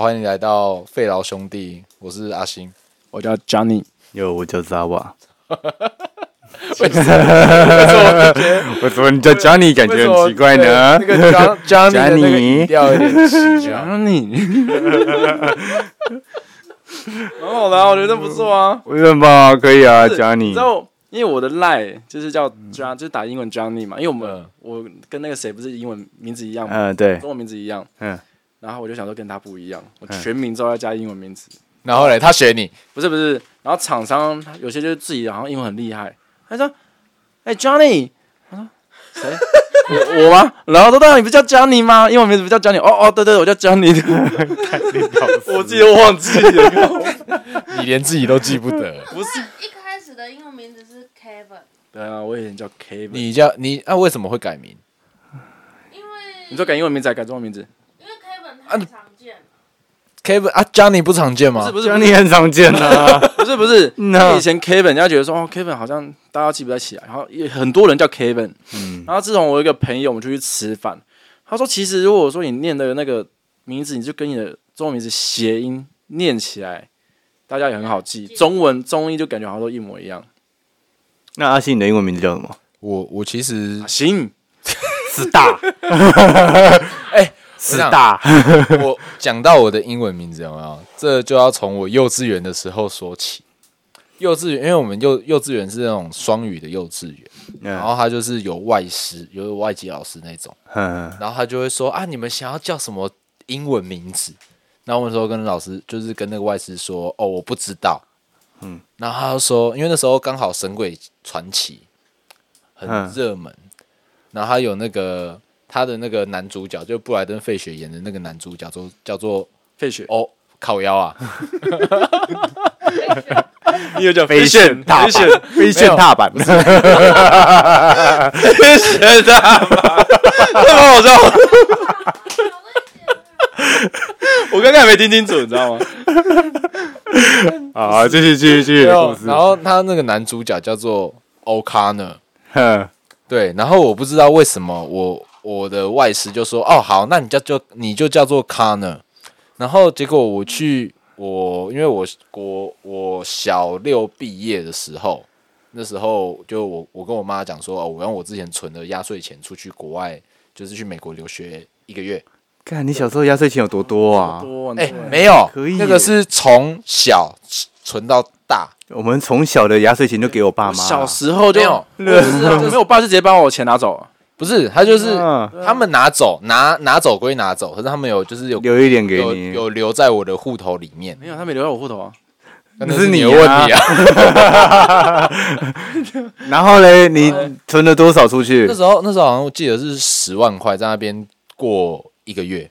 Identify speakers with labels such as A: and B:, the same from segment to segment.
A: 欢迎来到费劳兄弟，我是阿星。
B: 我叫 Johnny，
C: 有，我叫 Zawa。
A: 为什么我觉得
C: 我怎么你叫 Johnny 感觉很奇怪呢
A: 那个 John Johnny 的那个
C: Johnny
A: 语调有点奇怪。
B: ？Johnny，
A: 很好啦，我觉得不错啊。
C: 为什么可以啊
B: 是
A: 嗯
C: ，Johnny？
B: 你知道，因为我的 Line 就是叫 John，就是打英文 Johnny 嘛，因为我们
A: 嗯哎
B: 我跟那个谁不是英文名字一样嘛，
C: 嗯，对
B: 中，文名字一样，
C: 嗯，
B: 然后我就想说跟他不一样，
A: 嗯
B: 我全名之后要加英文名字，
A: 然后嘞，他学你，
B: 不是不是，然后厂商有些就是自己好像英文很厉害，他说，哎、Johnny，我说谁？ 我我吗？然后说，当然你不叫 Johnny 吗？英文名字不叫 Johnny？哦哦，对对，我叫 Johnny 的，我自己都忘记了。
A: 你连自己都记不得。
B: 不是，
D: 一开始的英文名字是 Kevin，
B: 对啊，我以前叫 Kevin。
A: 你叫你啊，为什么会改名？
D: 因为
B: 你说啊改英文名字还是改中文名字？
D: 因为 Kevin 很常见，
A: Kevin 啊，Johnny 不常见
B: 不
A: 吗
B: 是？不是不是
C: ，Johnny 很常见啊。
B: 不是不是，因
C: No
B: 为以前 Kevin 人家觉得说哦 Kevin 好像大家记不太起来，然后也很多人叫 Kevin。
C: 嗯，
B: 然后自从我有一个朋友，我们就去吃饭，他说其实如果说你念的那个名字，你就跟你的中文名字谐音念起来，大家也很好记。中文中英就感觉好像都一模一样。
C: 那阿信，你的英文名字叫什么？
A: 我我其实
B: 啊、行，
C: 师 大，
A: 哎，
C: 师大。
A: 我讲到我的英文名字有没有？这就要从我幼稚园的时候说起。幼稚园，因为我们幼幼稚园是那种双语的幼稚园，然
C: 嗯
A: 后他就是有外师，有外籍老师那种，
C: 嗯，
A: 然后他就会说啊，你们想要叫什么英文名字？然后我那时候跟老师，就是跟那个外师说，哦，我不知道。嗯，然后他就说，因为那时候刚好《神鬼传奇》很
C: 嗯
A: 热门，然后他有那个他的那个男主角，就布莱登·费雪演的那个男主角，就叫做
B: 费雪，
A: 哦，烤腰啊，
B: 你有叫
C: 飞 线大
B: 飞雪，
C: 阪，飞线大阪，
B: 飞雪的，太好笑了，
D: 好了一点啊
B: 我刚刚还没听清楚，你知道吗？
C: 好，继续继续继续
A: 没
C: 故
A: 有
C: 事
A: 然。后他那个男主角叫做 O'Connor，
C: 嗯
A: 对，然后我不知道为什么我我的外师就说哦好，那你叫就你就叫做 Connor，然后结果我去我因为我我我小六毕业的时候，那时候就我我跟我妈讲说哦，我用我之前存的压岁钱出去国外，就是去美国留学一个月，
C: 看你小时候压岁钱有多多啊？
B: 多很
A: 哎、
B: 多
A: 没有，
C: 可以
A: 那个
C: 耶
A: 是从小存到大，
C: 我们从小的压岁钱就给我爸妈。啊
B: 小时候就
A: 没有
B: 我也是 啊，没有，我爸是直接把我钱拿走，啊
A: 不是他就是。
C: 嗯
A: 他们拿走拿拿走归拿走，可是他们有就是有
C: 留一点给
A: 有
C: 你。
A: 有留在我的户头里面，
B: 没有，他没留在我户头啊。
A: 那
C: 那
A: 是
C: 是
A: 你
C: 你
A: 的问
C: 啊
A: 题啊。
C: 然后嘞，你存了多少出去
A: 那？时候那时候好像我记得是十万块在那边过一个月，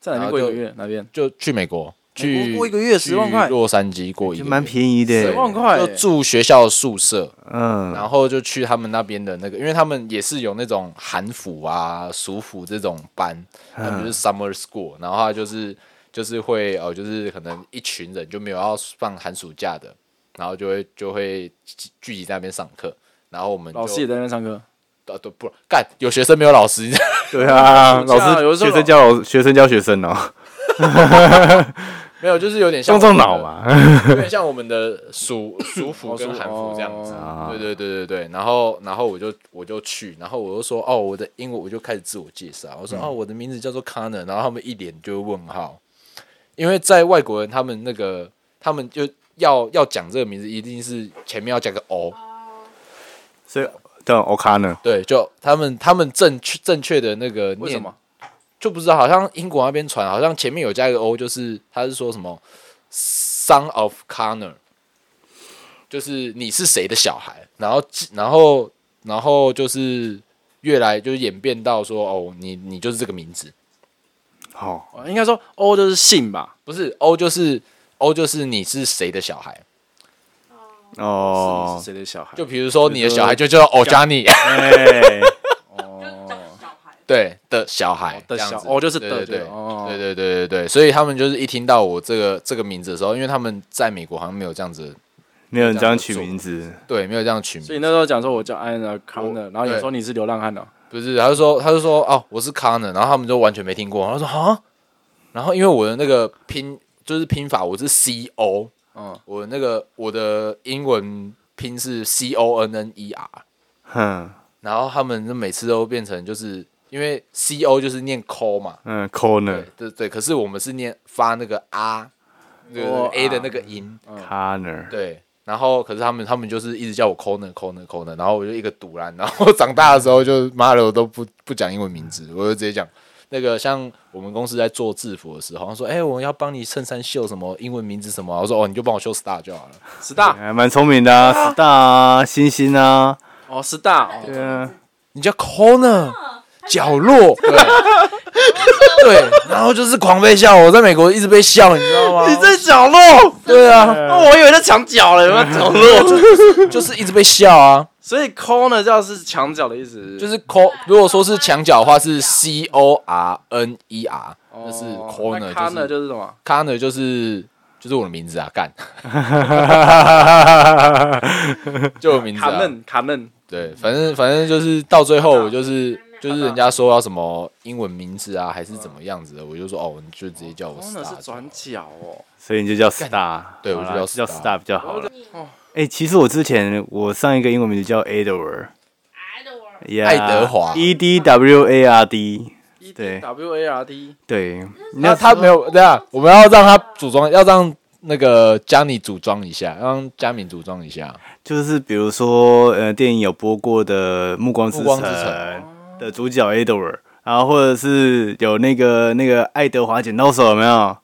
B: 在哪边过一个月？哪边？
A: 就去美国去
B: 过一个月10万块
A: 去洛杉矶过一个
C: 就
A: 月，
C: 蛮便宜的
A: 对
B: 10。万块
A: 就住学校宿舍，
C: 嗯，
A: 然后就去他们那边的那个，因为他们也是有那种韩服啊、俗服这种班，
C: 嗯
A: 他们就是 summer school，然后他就是就是会哦，就是可能一群人就没有要放寒暑假的，然后就会就会聚聚集在那边上课，然后我们就
B: 老师也在那边上课，
A: 啊都不干，有学生没有老师，
C: 对啊，
B: 暑假
C: 老
B: 有
C: 师
B: 的时候
C: 学生教老学生教学生 哦，
A: 没有就是有点像
C: 撞
A: 我
C: 撞
A: 们的
C: 脑，嘛。
A: 有点像我们的 暑暑服
B: 哦
A: 跟
B: 暑
A: 韩服这样子。
B: 哦
A: 对对对对对，然后然后我就我就去，然后我就说哦，我的英文我就开始自我介绍，我说、
C: 嗯
A: 哦，我的名字叫做 Connor，然后他们一脸就问号，因为在外国人他们那个他们就要要讲这个名字，一定是前面要加个 O，
D: 哦，
C: 所以叫 OK 呢？
A: 对，就他们他们正确正确的那个
B: 为什
A: 念
B: 么？
A: 就不知道，好像英国那边传，好像前面有加一个 O，就是他是说什么 “son of Connor”，就是你是谁的小孩，然后然后然后就是越来就是演变到说哦，你你就是这个名字，
C: 好，
B: 哦应该说 O 就是姓吧，
A: 不是 O 就是 O 就是你是谁的小孩，
B: 哦，
C: 哦
B: 是，谁的小孩？
A: 就比如说你的小孩就叫哦 Johnny
C: 哎，
B: 哦，
D: 小孩，
A: 对的小孩
B: 的小
A: 这样子
B: 哦就是的
A: 对对对
B: 就哦
A: 对对对对对，所以他们就是一听到我这个这个名字的时候，因为他们在美国好像没有这样子的。
C: 没有人这样取名字，
A: 对，没有这样取名。
B: 所以那时候讲说我叫 Ian a c o n n 然后有
A: 对
B: 时候你是流浪汉哦，
A: 不是，他就说，他就说，哦，我是 Connor，然后他们就完全没听过，然后说，哈，然后因为我的那个拼就是拼法，我是 C O，
B: 嗯，
A: 我的那个我的英文拼是 C O N N E R，
C: 哼，
A: 然后他们就每次都变成就是因为 C O 就是念 call 嘛，
C: 嗯
A: 对
C: ，corner
A: 对对，可是我们是念发那个 R，那个
B: 哦
A: A 的
B: 啊
A: 那个音，
C: corner，
A: 嗯对。然后，可是他们他们就是一直叫我 corner corner corner，然后我就一个堵烂，然后长大的时候就妈的我都不不讲英文名字，我就直接讲那个像我们公司在做制服的时候，好像说哎、我要帮你衬衫绣什么英文名字什么，我说哦你就帮我绣 star 就好了，
B: 十大
C: 还蛮聪明的啊，s t a r 啊，星星啊，
B: 哦，十大哦，
C: 对啊，
A: 你叫 corner 角落，对对，然后就是狂被笑，我在美国一直被笑，你知道吗？
B: 你在角落，
A: 对啊，
B: 哦我以为在墙角嘞，有没有 角落？
A: 就是一直被笑啊，
B: 所以 corner 就是墙角的意思，
A: 就是 cor，如果说是墙角的话是 c o r n e r，
B: 哦
A: 那是
B: 那
A: corner，就是
B: corner 就是什么？
A: corner 就是就是我的名字啊， 干，就我名字
B: 卡
A: 啊，
B: 嫩卡嫩，
A: 对，反正反正就是到最后我就是就
D: 卡
A: 是
D: 纳
A: 人家说要什么英文名字啊，还是怎么样子的，我就说哦，你就直接叫我
B: corner 是
A: star，
B: 转角哦，
C: 所以你就叫 star，
A: 对
C: 好啦
A: 我就叫
C: 叫
A: star
C: star 比较好了。
B: 哦
C: 哎，其实我之前我上一个英文名字叫 Edward，yeah，
A: 爱德华
C: ，E D W A R D，
B: ，E
C: 对
B: W A R D，
C: 对，
A: 嗯那他没有，对啊，我们要让他组装，要让那个江你组装一下，让佳敏组装一下。
C: 就是比如说，呃，电影有播过的《暮光之城
A: 暮光之》
C: 的主角 Edward，然后或者是有那个那个爱德华剪刀手有没有？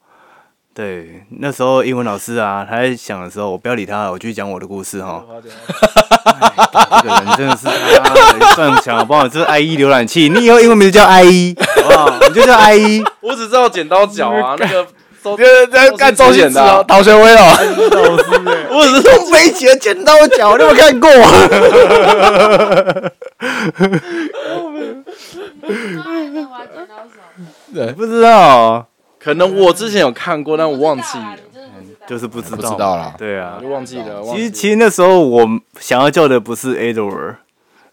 C: 对，那时候英文老师啊，他在想的时候，我不要理他，我继续讲我的故事哈。这个人真的是他妈的撞墙，好不好？这是 IE 浏览器，你以后英文名字叫 IE，好不好？你就叫 E IE，
B: 我只知道剪刀脚啊，那个周，
A: 在
B: 干周星驰哦
A: 逃学威 哦，
C: 老师、
B: 我只是
C: 东北起的剪刀脚，你有没有看过？不知道，
B: 可能我之前有看过，但我忘记了，
D: 了
C: 就是不知道，
A: 不知道啦
C: 对啊
B: 我，就忘记了。忘
C: 其实
B: 记了
C: 其实那时候我想要叫的不是 Edward，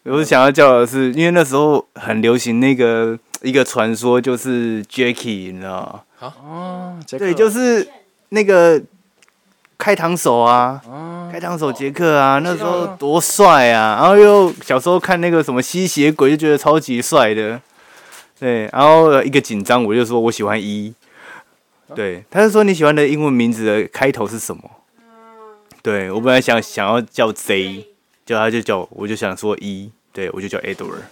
C: 我想要叫的是，因为那时候很流行那个一个传说，就是 Jacky，你知道吗？
B: 哦，杰克
C: 对，就是那个开膛手啊，
B: 哦
C: 开膛手杰克啊，那时
B: 我
C: 候
B: 知道
C: 多帅啊！然后又小时候看那个什么吸血鬼，就觉得超级帅的。对，然后一个紧张，我就说我喜欢一、
B: 哦
C: 对，他就说你喜欢的英文名字的开头是什么？对我本来想想要叫 Z，就他就叫我，我就想说一，对我就叫 Edward。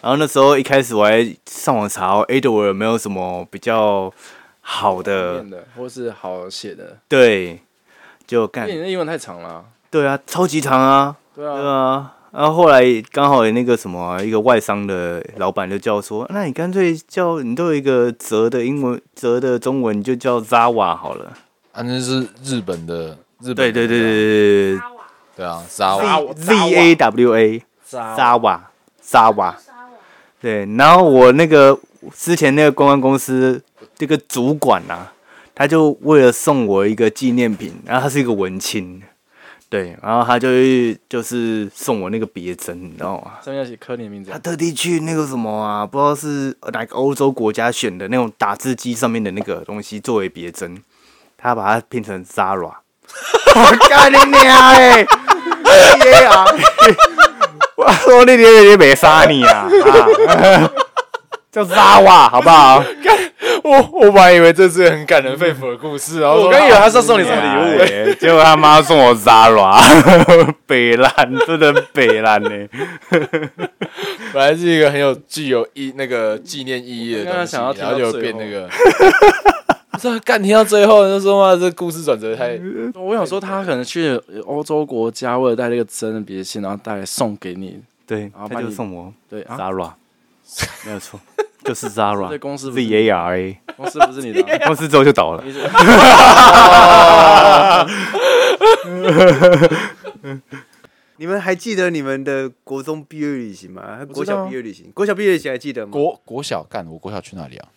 C: 然后那时候一开始我还上网查、哦、Edward 有没有什么比较好的
B: 念，的，或是好写的，
C: 对，就
B: 因
C: 干
B: 为，你的英文太长了啊。
C: 对啊，超级长啊，
B: 对
C: 嗯对
B: 啊，
C: 啊。然后后来刚好有那个什么一个外商的老板就叫说，那你干脆叫你都有一个泽的英文泽的中文，你就叫 Zawa 好了。
A: 啊，那是日本的日本的
C: 对对对对对对
A: 对啊，沙瓦
B: 哇
C: ，Z A W A
B: 渣
C: Zawa Zawa
D: 哇。
C: 对，然后我那个之前那个公关公司这个主管啊，他就为了送我一个纪念品，然后他是一个文青，对，然后他就去就是送我那个别针，你知道吗？
B: 上面要写科你的名字
C: 他
B: 啊，
C: 特地去那个什么啊，不知道是哪个欧洲国家选的那种打字机上面的那个东西作为别针，他把它拼成 Zara。我干你娘 嘞！你也啊！我说你爹爹没杀你啊！啊叫 Zara 好不好？
A: 我我本来以为这是很感人肺腑的故事，然后
B: 我
A: 说
B: 刚以为
A: 啊
B: 他是要送你什么礼物，
C: 物？哎结果他妈送我 Zara，北 烂，真的北烂呢。
A: 哦本来是一个很有具有意那个纪念意义的
B: 我刚
A: 东
B: 刚
A: 西，
B: 想要听
A: 然
B: 到
A: 后
B: 最后
A: 就变那个。 我说干听到最后就说嘛，这故事转折太
B: 我想说他可能去欧洲国家，为了带那个真的别信，然后带来送给你。
C: 对
B: 然后，把
C: 他就
B: 你
C: 送我
B: 对啊，
C: Zara，没有错， 就是
B: 这
C: Zara。
B: 对公司不
C: Z
B: 是
C: A R A，
B: 公司不是 你的啊，
C: 公司之后就倒了。
B: 你是
E: 你们还记得你们的国中毕业旅行吗？
B: 我
E: 国
B: 知道啊
E: 小毕业旅行，国小毕业旅行还记得吗？
A: 国国小干，我国小去哪里啊？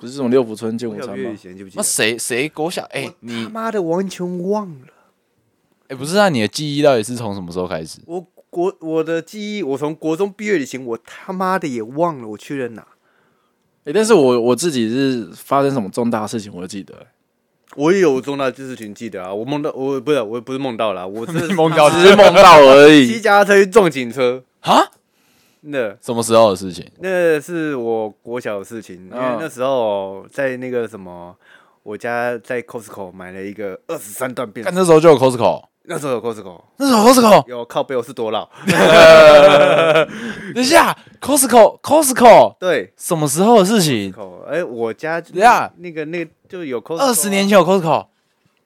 B: 不是这种六福村见午
E: 国小
B: 餐
E: 毕业旅
B: 吗？
E: 行记不记
A: 那
E: 得？
A: 谁谁国小？哎、你
E: 他妈的完全忘了。
A: 哎、不是啊，你的记忆到底是从什么时候开始？
E: 我国我的记忆，我从国中毕业旅行，我他妈的也忘了我去了哪。
B: 哎诶但是我我自己是发生什么重大事情，我就记得、
E: 我也有重大知识群记得啊，我梦到我不是我不是梦到啦，我是
A: 梦到
B: 只是梦到而
E: 骑
B: 已。
E: 脚踏车去撞警车
A: 啊？
E: 那
A: 什么时候的事情？
E: 那是我国小的事情，因为
B: 嗯
E: 那时候在那个什么，我家在 Costco 买了一个二十三段便
A: 看那时候就有 Costco，
E: 那时候有 Costco，
A: 那时候有 Costco，
E: 有靠背我是多老，
A: 等一下，Costco，Costco
E: 对
A: 什么时候的事情？
E: ，Costco，哎，我家
A: 等一下
E: 那个那个就有 Costco，
A: 二十年前有 Costco，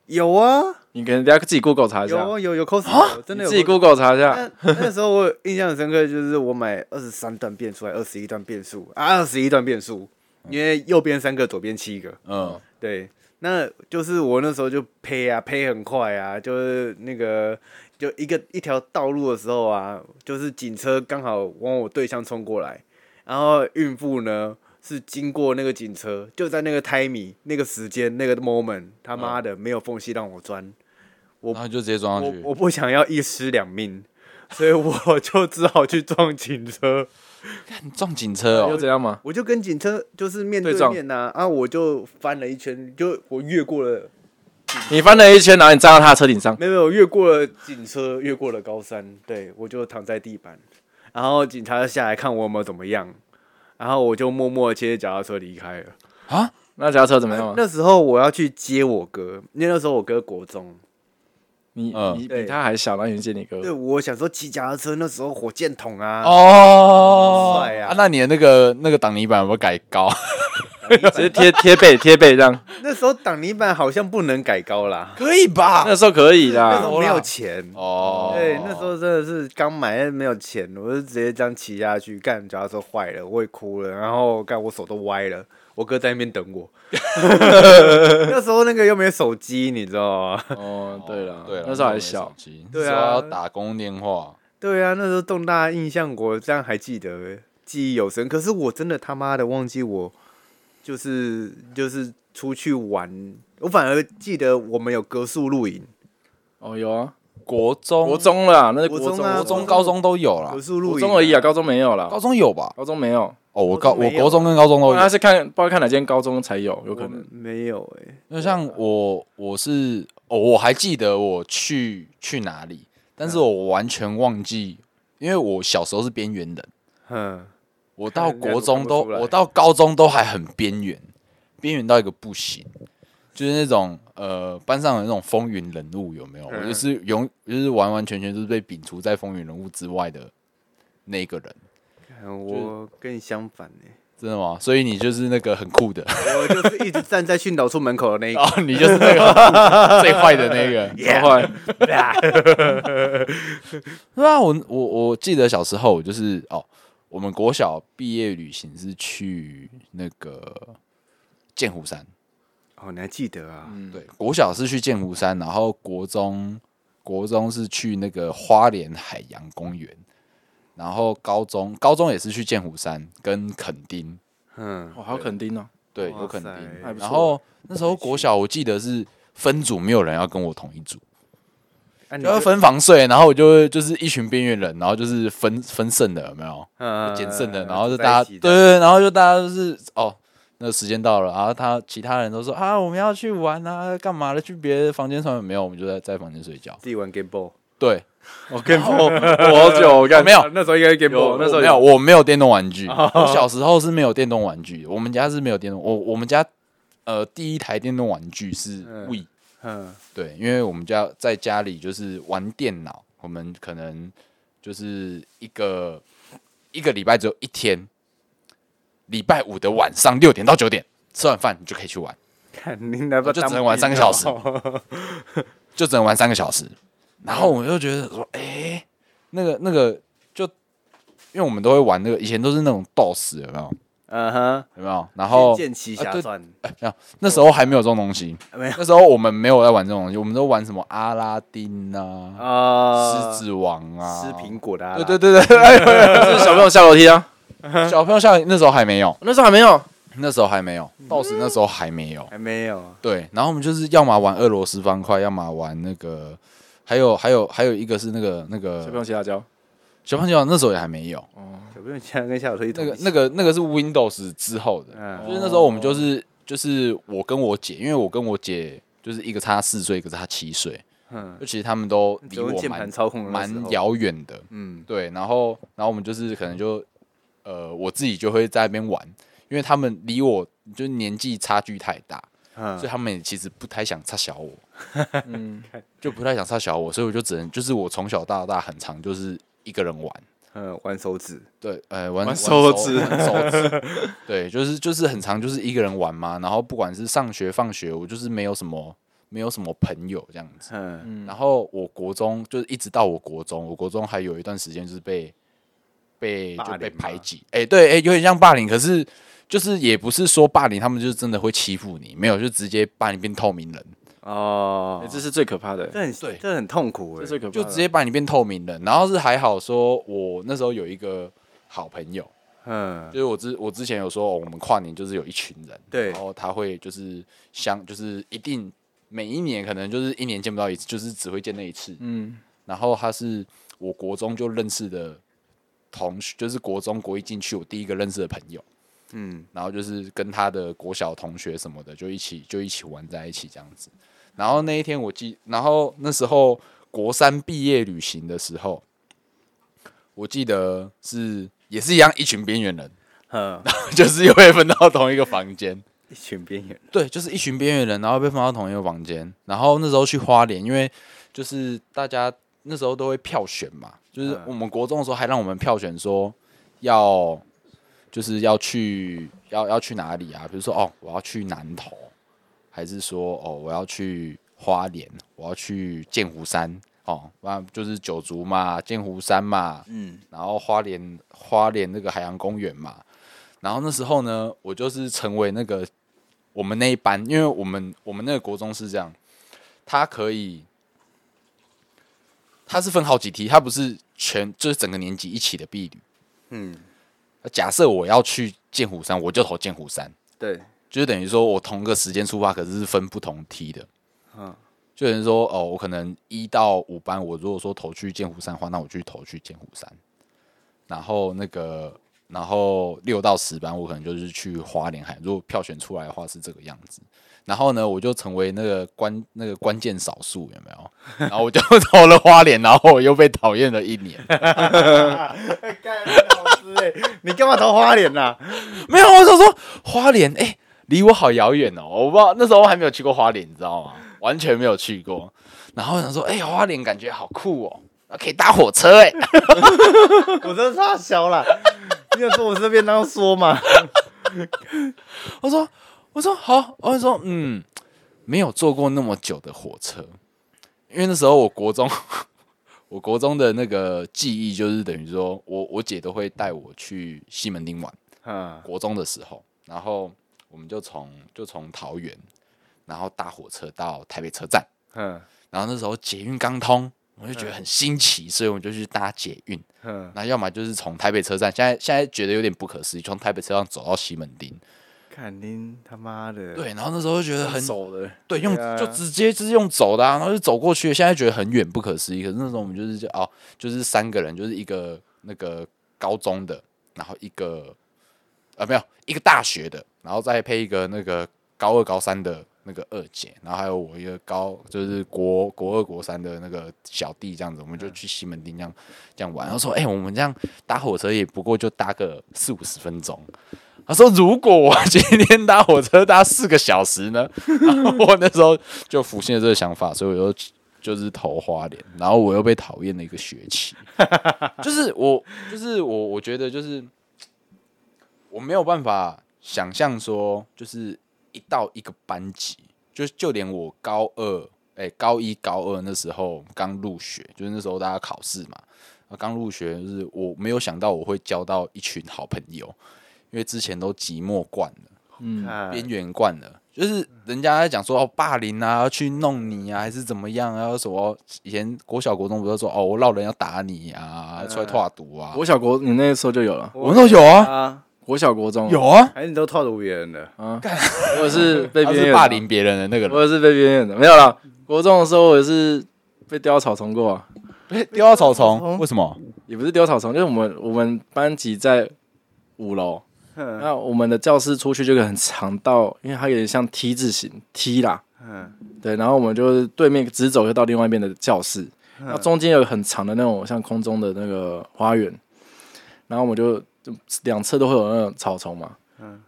E: 有啊，
B: 你可能大家自己 Google 查一下，
E: 有有有
A: 啊
E: Costco，真
B: 你
E: 的有
B: 自己 Google 查一下。
C: 呃
E: 那那时候我印象很深刻，就是我买二十三段变数，还二十一段变数啊，二十一段变数，因为右边三个，左边七个，
A: 嗯，
E: 对，那就是我那时候就配啊配很快啊，就是那个就一个一条道路的时候啊，就是警车刚好往我对向冲过来，然后孕妇呢是经过那个警车，就在那个 timing 那个时间那个 moment，他妈的没有缝隙让我钻，
A: 然后就直接装上
B: 嗯
E: 我
A: 去。
E: 我不想要一尸两命，所 以我就只好去撞警车。
A: 你撞警车
B: 又
A: 哦，
B: 怎样嘛？
E: 我就跟警车就是面
B: 对
E: 对
B: 撞
E: 面呐、啊，我就翻了一圈，就我越过了，
B: 你翻了一圈，然后你站到他的车顶上，
E: 没有没有，越过了警车，越过了高山，对我就躺在地板，然后警察下来看我有没有怎么样，然后我就默默地骑着脚踏车离开了。
B: 那脚踏车怎么样嘛？
E: 那时候我要去接我哥，因为那时候我哥国中，
B: 你
A: 嗯
B: 你比
E: 对
B: 他还小，然后你去见你哥，
E: 对我想说骑脚踏车那时候火箭筒啊，
A: 哦，
E: 帅啊
A: 啊那你的那个那个挡泥板有没有改高？
B: 直接贴贴背贴背这样。
E: 那时候挡泥板好像不能改高啦，
A: 可以吧？
B: 那时候可以
E: 那时
B: 啦，
E: 候没有钱。
A: 哦，
E: 对，哎那时候真的是刚买没有钱，我就直接这样骑下去，干脚踏车坏了，我也哭了，然后干我手都歪了，我哥在那边等 我。那时候那个又没手机，你知道吗？
B: 哦，对了，
A: 对啦，
B: 那时候还小，
A: 对
E: 对啊
A: 啊，要打工电话，
E: 对啊，那时候重大印象我这样还记得，记忆有深。可是我真的他妈的忘记我，就是就是出去玩，我反而记得我们有格数露营，
B: 哦，有啊，
A: 国中、
B: 国、中啦，那是
E: 国
B: 国中
E: 中啊
A: 国
B: 国
A: 中、
B: 中、
A: 高中都有啦
E: 格。数露营、
B: 国中而已啊，，高中没有啦，
A: 高中有哦吧？
B: 高中没有，
A: 哦，我高
E: 国中
A: 我
E: 没有
A: 国中跟高中都有
B: 那。是看不知道看哪间高中才有，有可
E: 我
B: 能。
E: 没有哎、
A: 那像我，我是哦，我还记得我去去哪里，但
E: 嗯
A: 是我完全忘记，因为我小时候是边缘人，
E: 哼，
A: 我 到
E: 看人家
A: 国中都，
E: 都看不出来
A: 我到高中都还很边缘，边缘到一个不行，就是那种呃班上的那种风云人物有没
E: 嗯
A: 有？我就是永就是完完全全就是被摒除在风云人物之外的那个人，
E: 看我跟你相反哎、
A: 真的吗？所以你就是那个很酷 的，
E: 我就是一直站在训导处门口的那一
A: 然
E: 个。
A: 后你就是那个很酷最坏的那 个。
B: 超坏，
A: 对啊，我我我记得小时候我就是哦，我们国小毕业旅行是去那个剑湖山，
E: 哦，你还记得啊？
A: 对，国小是去剑湖山，然后国中国中是去那个花莲海洋公园，然后高中高中也是去剑湖山跟垦丁，
E: 嗯，
B: 我好肯定哦。
A: 对，
E: 哇
A: 有垦
E: 塞
A: 丁
E: 还不。
A: 然
B: 错
A: 后那时候国小我记得是分组，没有人要跟我同一组，
E: 啊你
A: 就要分房睡，然后我就会就是一群边缘人，然后就是分分剩的，有没有？
E: 嗯
A: 减剩的，
E: 嗯
A: 然后就
E: 在
A: 大家
E: 一起
A: 对
E: 的
A: 对，然后就大家就是哦，那个时间到了，然后他其他人都说啊，我们要去玩啊，干嘛的？去别的房间上没有，我们就在在房间睡觉。
E: 自己玩 Game Boy。
A: 对，
B: 我跟我我好久，我干
A: 没有
E: 啊那时候应该是 Game
B: 有
E: Boy，
B: 那时候
A: 哦没有，我没有电动玩具，我小时候是没有电动玩具，我们家是没有电动，我我们家呃第一台电动玩具是
E: 嗯
A: We，
E: 嗯，
A: 对，因为我们家在家里就是玩电脑，我们可能就是一个一个礼拜只有一天，礼拜五的晚上六点到九点吃完饭你就可以去玩，
E: 看你那
A: 我就只能玩三个小时就只能玩三个小时。然后我就觉得说，哎、那个那个就，因为我们都会玩那个，以前都是那种 DOS 有没有？
E: 嗯哼，
A: 有没有？然后啊
E: 《剑奇侠传》
A: 那时候还没有这种东西，
E: 没有
A: 那时候我们没有在玩这种东西，我们都玩什么阿拉丁啊、
E: 啊，
A: 狮子王啊、
E: 吃苹果的啊，
A: 对对对 对，
B: 就是小朋友下楼梯啊，哦
A: 小朋友下那时候还没有，
B: 那时候还没有，
A: 那时候还没有，到时那时候还没有。
E: 还哎没有
A: 对，然后我们就是要么玩俄罗斯方块，要么玩那个，还有还有还有一个是那个那
B: 小朋友
A: 个
B: 骑大跤，
A: 小胖警长那时候也还没有，
E: 小朋友竟然跟小头一
A: 那
E: 同
A: 个那个那个是 Windows 之后的，
E: 嗯
A: 就是那时候我们就是就是我跟我姐，因为我跟我姐就是一个差四岁，一个差七岁，
E: 嗯，
A: 就其实他们都离
E: 只用
A: 我
E: 键
A: 蛮
E: 盘操控的那时候
A: 蛮遥远的，
E: 嗯，
A: 对，然后然后我们就是可能就呃我自己就会在那边玩，因为他们离我就是年纪差距太大，
E: 嗯
A: 所以他们也其实不太想插小 我，嗯，就不太想插小我，所以我就只能就是我从小到大很长就是一个人玩，
E: 嗯，玩手指，
A: 对，呃，玩
C: 玩手
A: 手
C: 指
A: 玩手指， 对，就是就是很长就是一个人玩嘛，然后不管是上学放学，我就是没有什么没有什么朋友这样子，
E: 嗯，
A: 然后我国中就是一直到我国中，我国中还有一段时间就是被被
E: 霸
A: 就被
E: 凌吗
A: 排挤，哎、对，哎、有点像霸凌，可是就是也不是说霸凌，他们就是真的会欺负你，没有就直接把你变透明人，
E: 哦
B: 哎，这是最可怕的，
E: 这很
A: 对
E: 这很痛苦
B: 这
E: 哎
B: 是，最可怕
A: 就
B: 的，
A: 直接把你变透明人。然后是还好说，我那时候有一个好朋友，
E: 嗯，
A: 就是我之我之前有说、哦我们跨年就是有一群人，
E: 对
A: 然后他会就是相就是一定每一年可能就是一年见不到一次，就是只会见那一次，
B: 嗯，
A: 然后他是我国中就认识的同学，就是国中国一进去我第一个认识的朋友，
E: 嗯，
A: 然后就是跟他的国小同学什么的就一起就一起玩在一起这样子。然后那一天我记，然后那时候国三毕业旅行的时候，我记得是也是一样一群边缘人，
E: 嗯，
A: 就是又被分到同一个房间。
E: 一群边缘，
A: 对，就是一群边缘人，然后被分到同一个房间。然后那时候去花莲，因为就是大家那时候都会票选嘛，就是我们国中的时候还让我们票选说要就是要去要要去哪里啊？比如说哦，我要去南投，还是说哦我要去花莲，我要去剑湖山哦，那就是九族嘛，剑湖山嘛，
E: 嗯，
A: 然后花莲花莲那个海洋公园嘛。然后那时候呢，我就是成为那个我们那一班，因为我们我们那个国中是这样，他可以，他是分好几梯，他不是全就是整个年级一起的避旅。
E: 嗯，
A: 假设我要去剑湖山，我就投剑湖山，
E: 对，
A: 就是等于说我同个时间出发，可是是分不同梯的。
E: 嗯，
A: 就等于说哦，我可能一到五班，我如果说投去剑湖山的话，那我去投去剑湖山。然后那个，然后六到十班，我可能就是去花莲海。如果票选出来的话是这个样子。然后呢，我就成为那个关那个关键少数，有没有？然后我就投了花莲，然后我又被讨厌了一年。
E: 干老师哎，你干嘛投花脸呐？
A: 没有，我想说花莲，哎、离我好遥远哦，我不知道那时候我还没有去过花莲，你知道吗？完全没有去过。然后我想说，哎、花莲感觉好酷哦，啊可以搭火车哎、
E: 我真的差小啦，你有说我是在便当说嘛？
A: 我说，我说好，我就说嗯，没有坐过那么久的火车，因为那时候我国中， 我国中的那个记忆就是等于说我我姐都会带我去西门町玩。
E: 嗯，
A: 国中的时候，然后我们就从就从桃园，然后搭火车到台北车站，
E: 嗯
A: 然后那时候捷运刚通，我就觉得很新奇，所以我就去搭捷运。
E: 嗯，
A: 那要么就是从台北车站，现在现在觉得有点不可思议，从台北车站走到西门町。
E: 看您他妈的，
A: 对，然后那时候就觉得很
E: 手的，
A: 对，用
E: 对啊
A: 就直接就是用走的、啊，然后就走过去。现在觉得很远，不可思议。可是那时候我们就是就哦，就是三个人，就是一个那个高中的，然后一个呃没有一个大学的，然后再配一个那个高二高三的那个二姐，然后还有我一个高就是国国二国三的那个小弟这样子，我们
E: 嗯
A: 就去西门町这样这样玩。然后说，哎、我们这样搭火车也不过就搭个四五十分钟。他说：“如果我今天搭火车搭四个小时呢？”然后 我那时候就浮现了这个想法，所以我就就是投花莲，然后我又被讨厌了一个学期。 就是我，就是我，我觉得就是我没有办法想象说，就是一到一个班级，就就连我高二，哎、高一、高二那时候刚入学，就是那时候大家考试嘛，啊刚入学，就是我没有想到我会交到一群好朋友，因为之前都寂寞惯了。
E: 看
A: 边缘惯了，就是人家在讲说哦霸凌啊，要去弄你啊，还是怎么样啊？什么以前国小国中不是说哦我闹人要打你啊，出来拓毒啊？
B: 国小国你那时候就有了，
A: 我们都有啊，
E: 啊，
B: 国小国中
A: 有啊，
E: 还是你都套路别人的，
B: 啊，我也是被
A: 他
B: 别人
A: 是霸凌别人的那个人，
B: 我也是被边缘的，没有啦。国中的时候我也是被叼草丛过、啊，
A: 丢到草丛，为什么？
B: 也不是丢草丛，就是我们我们班级在五楼，
E: 嗯
B: 那我们的教室出去就有个很长道，因为它有点像 T 字形 T 啦，
E: 嗯
B: 对，然后我们就是对面直走就到另外一边的教室，那中间有很长的那种像空中的那个花园，然后我们就就两侧都会有那种草丛嘛，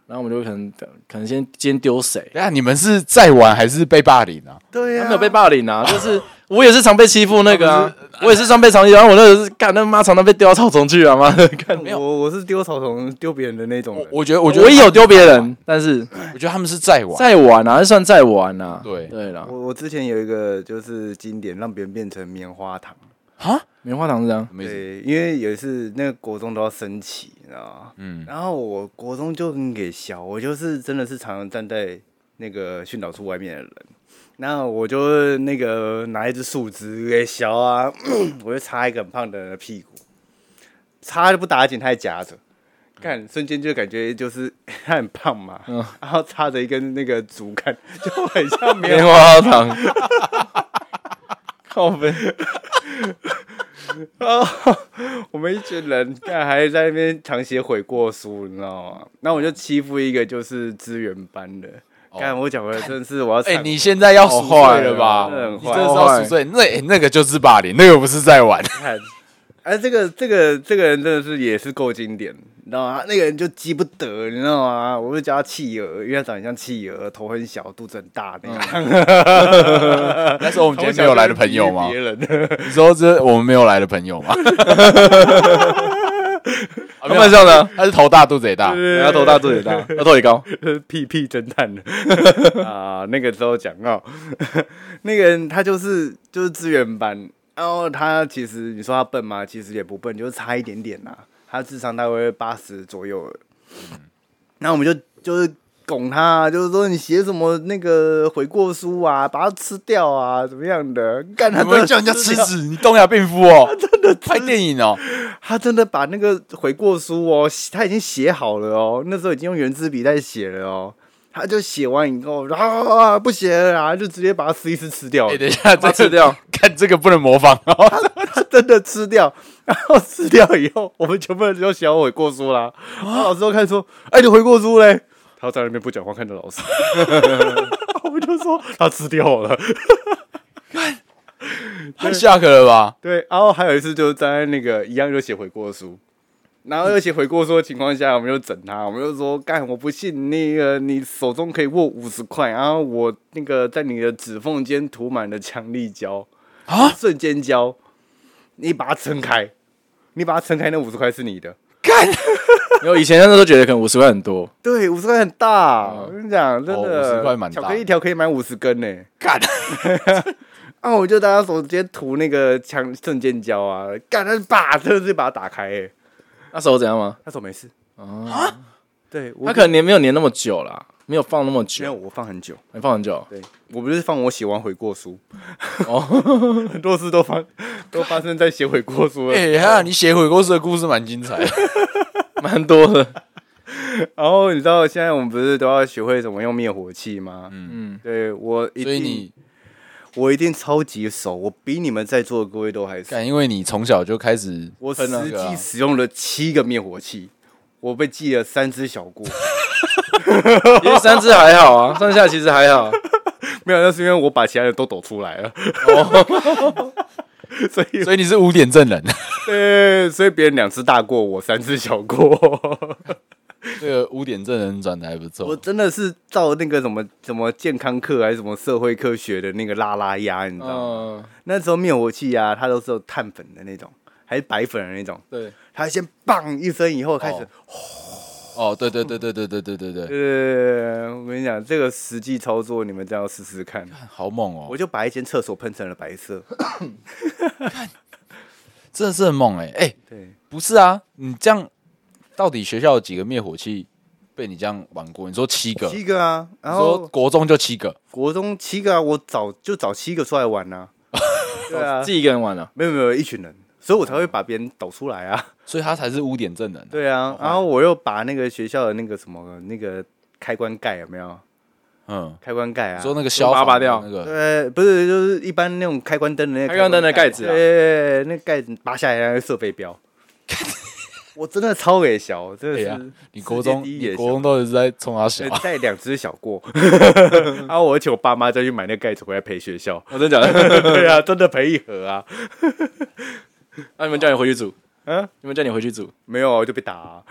B: 然后我们就可能可能先先丢谁，
A: 等一下你们是在玩还是被霸凌啊？
E: 对
B: 他
E: 呀、
B: 没有被霸凌啊，就是我也是常被欺负那个啊，我也是常被常欺负，然后我那个是干那妈常常被丢到草丛去啊妈的，干
A: 没有哦
E: 我我是丢草丛丢别人的那种
A: 我
E: 人，
A: 我觉得，我觉得
B: 我也有丢别人，但是
A: 我觉得他们是在玩。
B: 在玩啊，算在玩啊，
A: 对
B: 对啦，
E: 我我之前有一个就是经典，让别人变成棉花糖。
B: 棉花糖是这样，
A: 什么意思
E: 对，因为有一次那个国中都要升旗，你知道吗？
A: 嗯，
E: 然后我国中就很给小，我就是真的是常常站在那个训导处外面的人。那我就那个拿一支树枝给削啊， 我就插一个很胖的人的屁股，插都不打紧，他还夹着，看瞬间就感觉就是 他很胖嘛，然后插着一根那个竹竿，就很像棉
B: 棉花糖，靠 背，
E: 哦我们一群人干还在那边淌血悔过书，你知道吗？那我就欺负一个就是资源班的，干、我讲回来真的是我要
A: 哎，
E: 惨
A: 你现在要赎罪了
E: 好
A: 吧？
E: 坏哦
A: 你真的是要赎罪，那哎那个就是霸凌，那个不是在玩。
E: 看。哎、这个这个这个人真的是也是够经典，你知道吗？那个人就急不得，你知道吗？我就叫他企鹅，因为他长得像企鹅，头很小，肚子很大那样。
A: 嗯 那时候我们今天没有来的朋友吗
E: 别？人
A: 你说这 我们没有来的朋友 啊吗？他
B: 他们这样的，啊
A: 他是头大肚子也大，
B: 人家头大肚子也大，额头也高，
E: 屁屁侦探 啊，那个时候讲到 那个人他就是就是资源班，然后他其实你说他笨吗？其实也不笨，就是差一点点啦、他智商大概八十左右了。
A: 嗯
E: 然后我们就就是拱他，啊就是说你写什么那个悔过书啊，把它吃掉啊，怎么样的？干他
A: 你
E: 真的
A: 们叫人家
E: 吃
A: 吃
E: 掉
A: 屎，你东亚病夫 哦，真的拍电影哦，
E: 他真的把那个悔过书哦，他已经写好了哦，那时候已经用圆珠笔在写了哦。他就写完以后，然后啊不写了啊，就直接把它撕一撕吃掉
A: 哎，，等一下，这
B: 把它吃掉，
A: 看这个不能模仿哦。
E: 他真的吃掉， 然后吃掉以后，我们全部人就写好悔过书啦。然后老师就看说，哎，你悔过书嘞？他在那边不讲话，看着老师， 我们就说他吃掉了。
A: 太下课了吧？
E: 对，然后还有一次就是站在那个一样就写悔过书，然后又写悔过书的情况下，我们就整他，我们就说干，我不信那个你手中可以握五十块，然后我那个在你的指缝间涂满了强力胶
A: 啊
E: 瞬间胶，你把它撑开，你把它撑开，那五十块是你的。
B: 没有以前那时候觉得可能五十块很多，
E: 对，五十块很大，
A: 哦
E: 我跟你讲，真的，
A: 50块蛮大
E: 巧克力一条可以买五十根呢、
A: 干，
E: 啊，我就大家手直接涂那个强瞬间胶啊，干，他把真的是把它打开、欸，
B: 那时候怎样吗？
E: 他手没事。啊
B: 哦，
E: 对，我
B: 他可能粘没有粘那么久啦，没有放那么
E: 没有，
B: 久，
E: 我放很久。
B: 没放很久，
E: 对，我不是放我写完悔过书，
B: 哦，
E: 很多事都发都发生在写悔过书 了。
A: 哎呀，你写悔过书的故事蛮精彩的。
B: 蛮多的，
E: 然后你知道现在我们不是都要学会怎么用灭火器吗？
B: 嗯，
E: 对我一
A: 所以
E: 定，
A: 你
E: 我一定超级熟，我比你们在座的各位都还熟。
A: 干，因为你从小就开始
E: 我
A: 喷那
E: 实
A: 个啊
E: 际使用了七个灭火器，我被记了三只小 过。
B: 其实三只还好啊，上下其实还好，
E: 没有，那是因为我把其他人都抖出来了，
A: 哦
E: 所以
A: 所以你是污点证人。
E: 对，所以别人两只大过，我三只 小过。
A: 这个污点证人转的还不
E: 我
A: 错。
E: 真的是照那个什么什么健康课还是什么社会科学的那个拉拉鸭，你知道吗？
B: 嗯，
E: 那时候灭火器啊，它都是有碳粉的那种，还是白粉的那种。
B: 对，
E: 它先棒一声以后开始，
A: 哦哦，对对对对对对对对对，
E: 呃，我跟你讲，这个实际操作你们这样要试试看。
A: 好猛哦
E: 我！就把一间厕所喷成了白色。
A: 真的是很猛哎哎，
E: 对，
A: 不是啊，你这样到底学校有几个灭火器被你这样玩过？你说七个，
E: 七个啊，
A: 你
E: 然
A: 说
E: 后
A: 国中就七个，
E: 国中七个啊，我找就找七个出来玩啊。对啊
B: 自，己一个人玩啊，
E: 没有没有一群人，所以我才会把别人抖出来啊。
A: 所以他才是污点证人。
E: 对啊，然后我又把那个学校的那个什么那个开关盖有没有？
A: 嗯，
E: 开关盖啊？
A: 你说那个消
B: 把它
A: 防
B: 拔掉
A: 那个，
E: 对，不是，就是一般那种开关灯的那个
B: 开关灯的盖子啊，
E: 对，那盖子拔下来那个设备标，我真的超给小，真的
A: 哎
E: 是、
A: 呀你国中，
E: 啊第一
A: 你
E: 也
A: 国中到底是在冲他小啊？
E: 带两只小 过，然后我而且我爸妈再去买那盖子回来赔学 校
B: 我真的假的？
E: 对啊，真的赔一盒啊，
B: 那你们叫你回去煮，
E: 嗯，
B: 你们叫你回去煮，
E: 没有啊，我就被打、啊，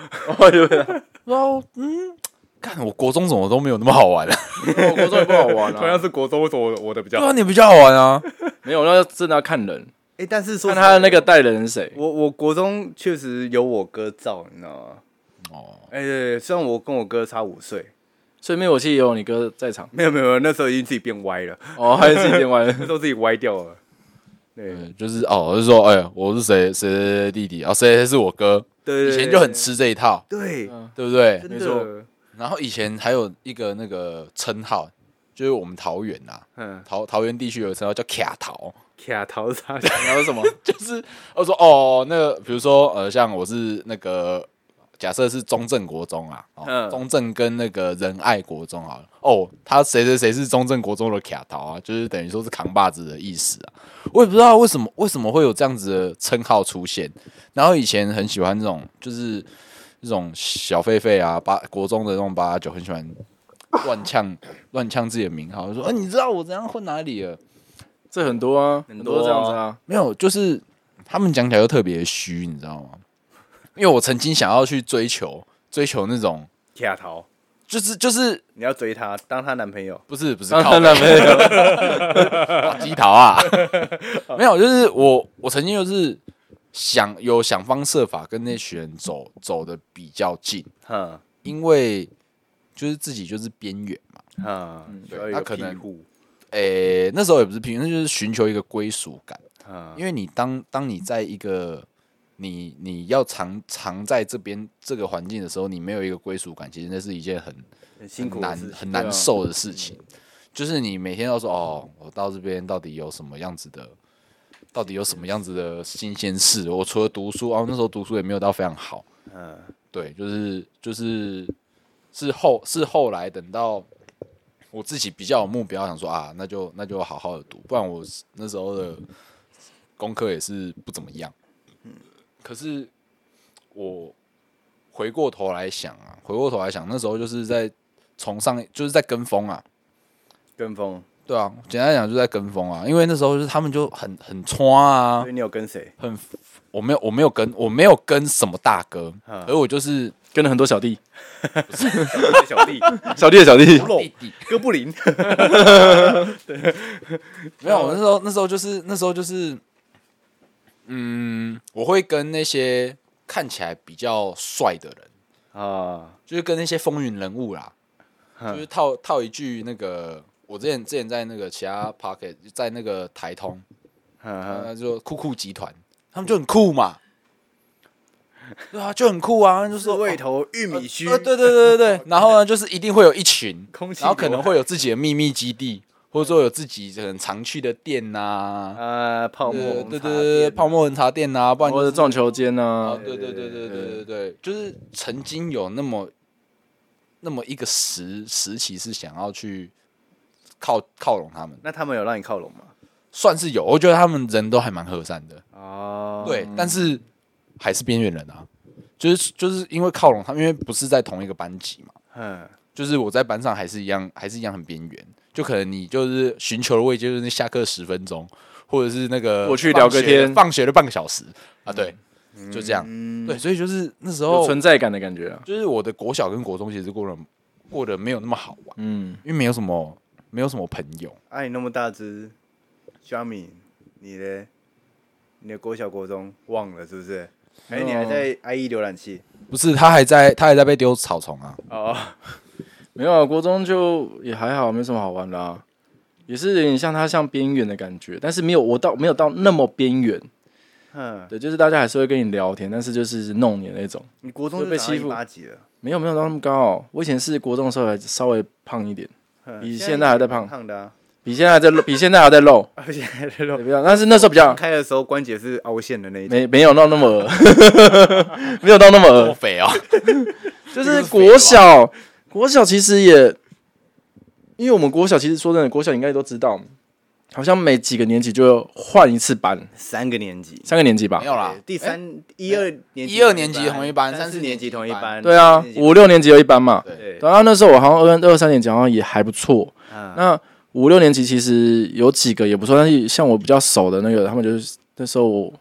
A: 然后嗯，看我国中怎么都没有那么好玩啊？
B: 我国中也不好玩
E: 同样
B: 啊，
E: 是国中，为什么我我的比较
A: 对
E: 好？
A: 啊，
E: 哎、
A: 你比较好玩啊。
B: 没有，那真的要看人，
E: 但是说
B: 看他的那个带的人是谁。
E: 我我国中确实有我哥照，你知道吗？
A: 哦，
E: 哎、对对，虽然我跟我哥差五岁，
B: 所以灭火器也有你哥在场，
E: 没有没有，没有那时候已经自己变歪 了，
B: 哦，还是自己先玩。
E: 那时候自己歪掉了。对
A: 对，就是哦，就是说，哎、我是谁谁谁的弟弟，啊，谁谁是我哥，
E: 对，
A: 以前就很吃这一套，
E: 对，
B: 嗯
A: 对不对？
E: 真
B: 没错
E: 的，
A: 然后以前还有一个那个称号，就是我们桃园呐、啊
E: 嗯，
A: 桃桃园地区有个称号叫卡桃，
E: 卡桃啊啥？
B: 然后什么？
A: 就是我说哦，那个比如说呃，像我是那个假设是中正国中啊，哦
E: 嗯
A: 中正跟那个仁爱国中好了，哦，他谁谁谁是中正国中的卡桃啊，就是等于说是扛把子的意思啊。我也不知道为什么为什么会有这样子的称号出现，然后以前很喜欢这种就是这种小狒狒啊，八国中的那种八加九，很喜欢乱呛乱呛自己的名号，就说哎、你知道我怎样混哪里了？
B: 这很多啊，很
E: 多啊
B: 多这样子啊。
A: 没有，就是他们讲起来又特别虚，你知道吗？因为我曾经想要去追求追求那种，
E: 卡桃，
A: 就是就是
E: 你要追她，当她男朋友。
A: 不是不是
B: 当
A: 靠
B: 然了，没有。
A: 打 鸡桃啊，没有，就是我我曾经就是想有想方设法跟那群人走走的比较近，
E: 哼
A: 因为就是自己就是边缘嘛，
E: 哼，需要一
A: 那
E: 个
A: 可
E: 庇
A: 能
E: 护，
A: 诶、那时候也不是平，那就是寻求一个归属感。
E: 嗯，
A: 因为你当当你在一个你你要常常在这边这个环境的时候，你没有一个归属感，其实那是一件很
E: 很辛
A: 很
E: 苦的
A: 难
E: 事情。
A: 很难受的事情。就是你每天要说哦，我到这边到底有什么样子的，到底有什么样子的新鲜事？我除了读书哦，那时候读书也没有到非常好，
E: 嗯，
A: 对，就是就是是后是后来等到我自己比较有目标，想说啊，那就那就好好的读，不然我那时候的功课也是不怎么样。可是我回过头来想啊，回过头来想，那时候就是在崇尚，就是在跟风啊，
E: 跟风。
A: 对啊，简单来讲就是在跟风啊，因为那时候就是他们就很很穿啊
E: 所以，你有跟谁？
A: 很我没有我没有跟我没有跟什么大哥，
E: 嗯
A: 而我就是
B: 跟了很多小弟，
E: 小弟，
B: 小弟的小弟，
E: 肉
A: 弟弟。
E: 哥布林。
A: 没有，我那时候那时候就是那时候就是，嗯，我会跟那些看起来比较帅的人，
E: 啊，
A: 就是跟那些风云人物啦，就是套套一句那个，我之前之前在那个其他 pocket，在那个台通，
E: 嗯
A: 那就酷酷集团，他们就很酷嘛，对啊，就很酷啊，就是
E: 是
A: 说
E: 味头玉米须
A: 呃，，对对对对对，然后呢，就是一定会有一群
E: 空，气
A: 然后可能
E: 刘海
A: 会有自己的秘密基地，或者说有自己很常去的店呐、
E: 呃，泡沫
A: 对
E: 红
A: 对对
E: 茶
A: 对对，
E: 店
A: 泡沫红茶店啊，不然
B: 或
A: 就
B: 者
A: 是
B: 撞球间啊
A: 啊，，对对对对对对对对，就是曾经有那么那么一个时时期是想要去靠靠拢他们，
E: 那他们有让你靠拢吗？
A: 算是有，我觉得他们人都还蛮和善的，
E: 哦，
A: 对，但是还是边缘人啊，就是就是因为靠拢他们，因为不是在同一个班级嘛，
E: 嗯，
A: 就是我在班上还是一样，还是一样很边缘，就可能你就是寻求的慰藉，就是下课十分钟，或者是那个
B: 我去聊个天
A: 放学的
B: 嗯
A: 放学的半个小时啊，对，就这样，对，所以就是那时
B: 有
A: 候，
B: 存在感的感觉啊。
A: 就是我的国小跟国中其实过得过得没有那么好玩，
B: 嗯，
A: 因为没有什么没有什么朋友，
E: 爱啊你那么大只，小米，你嘞？你的国小国中忘了是不是？哎，你还
A: 嗯
E: 在 IE 浏览器
A: 不是他还在他还在被丢草丛 啊，
E: 哦，
B: 没有啊，国中就也还好，没什么好玩的啊，也是有点像他像边缘的感觉，但是没有我到没有到那么边缘，
E: 哼，
B: 对，就是大家还是会跟你聊天，但是就是弄你的那种。
E: 你国中
B: 就
E: 就
B: 被
E: 长
B: 欺负
E: 一八级了，
B: 没有没有到那么高、哦，我以前是国中的时候还稍微胖一点，
E: 哼
B: 比现在还在
E: 也蛮
B: 胖
E: 胖的啊，
B: 比现在还在比现在还在肉，
E: 而且还在肉
B: 对，不要，但是那时候比较
E: 开的时候关节是凹陷的那一种，
B: 没没有到那么 恶，没有到那么
A: 多
B: 恶，
A: 肥哦，
B: 就是国小国小其实也，因为我们国小其实说真的，国小应该都知道，好像每几个年级就换一次班，
C: 三个年级，
B: 三个年级吧
A: 没。有啦哎
C: 对，第三一二年级
A: 一二年级同一班
C: 三
A: 三
C: 四
A: 四
C: 年
A: 年
C: 级
A: 级
C: 同
A: 同
C: 一
A: 一
C: 班，
A: 班
B: 对啊，五六年级有一班嘛。
C: 对，
B: 对啊，那时候我好像二二三年级好像也还不错。
C: 嗯
B: 那五六年级其实有几个也不错，但是像我比较熟的那个，他们就是那时候我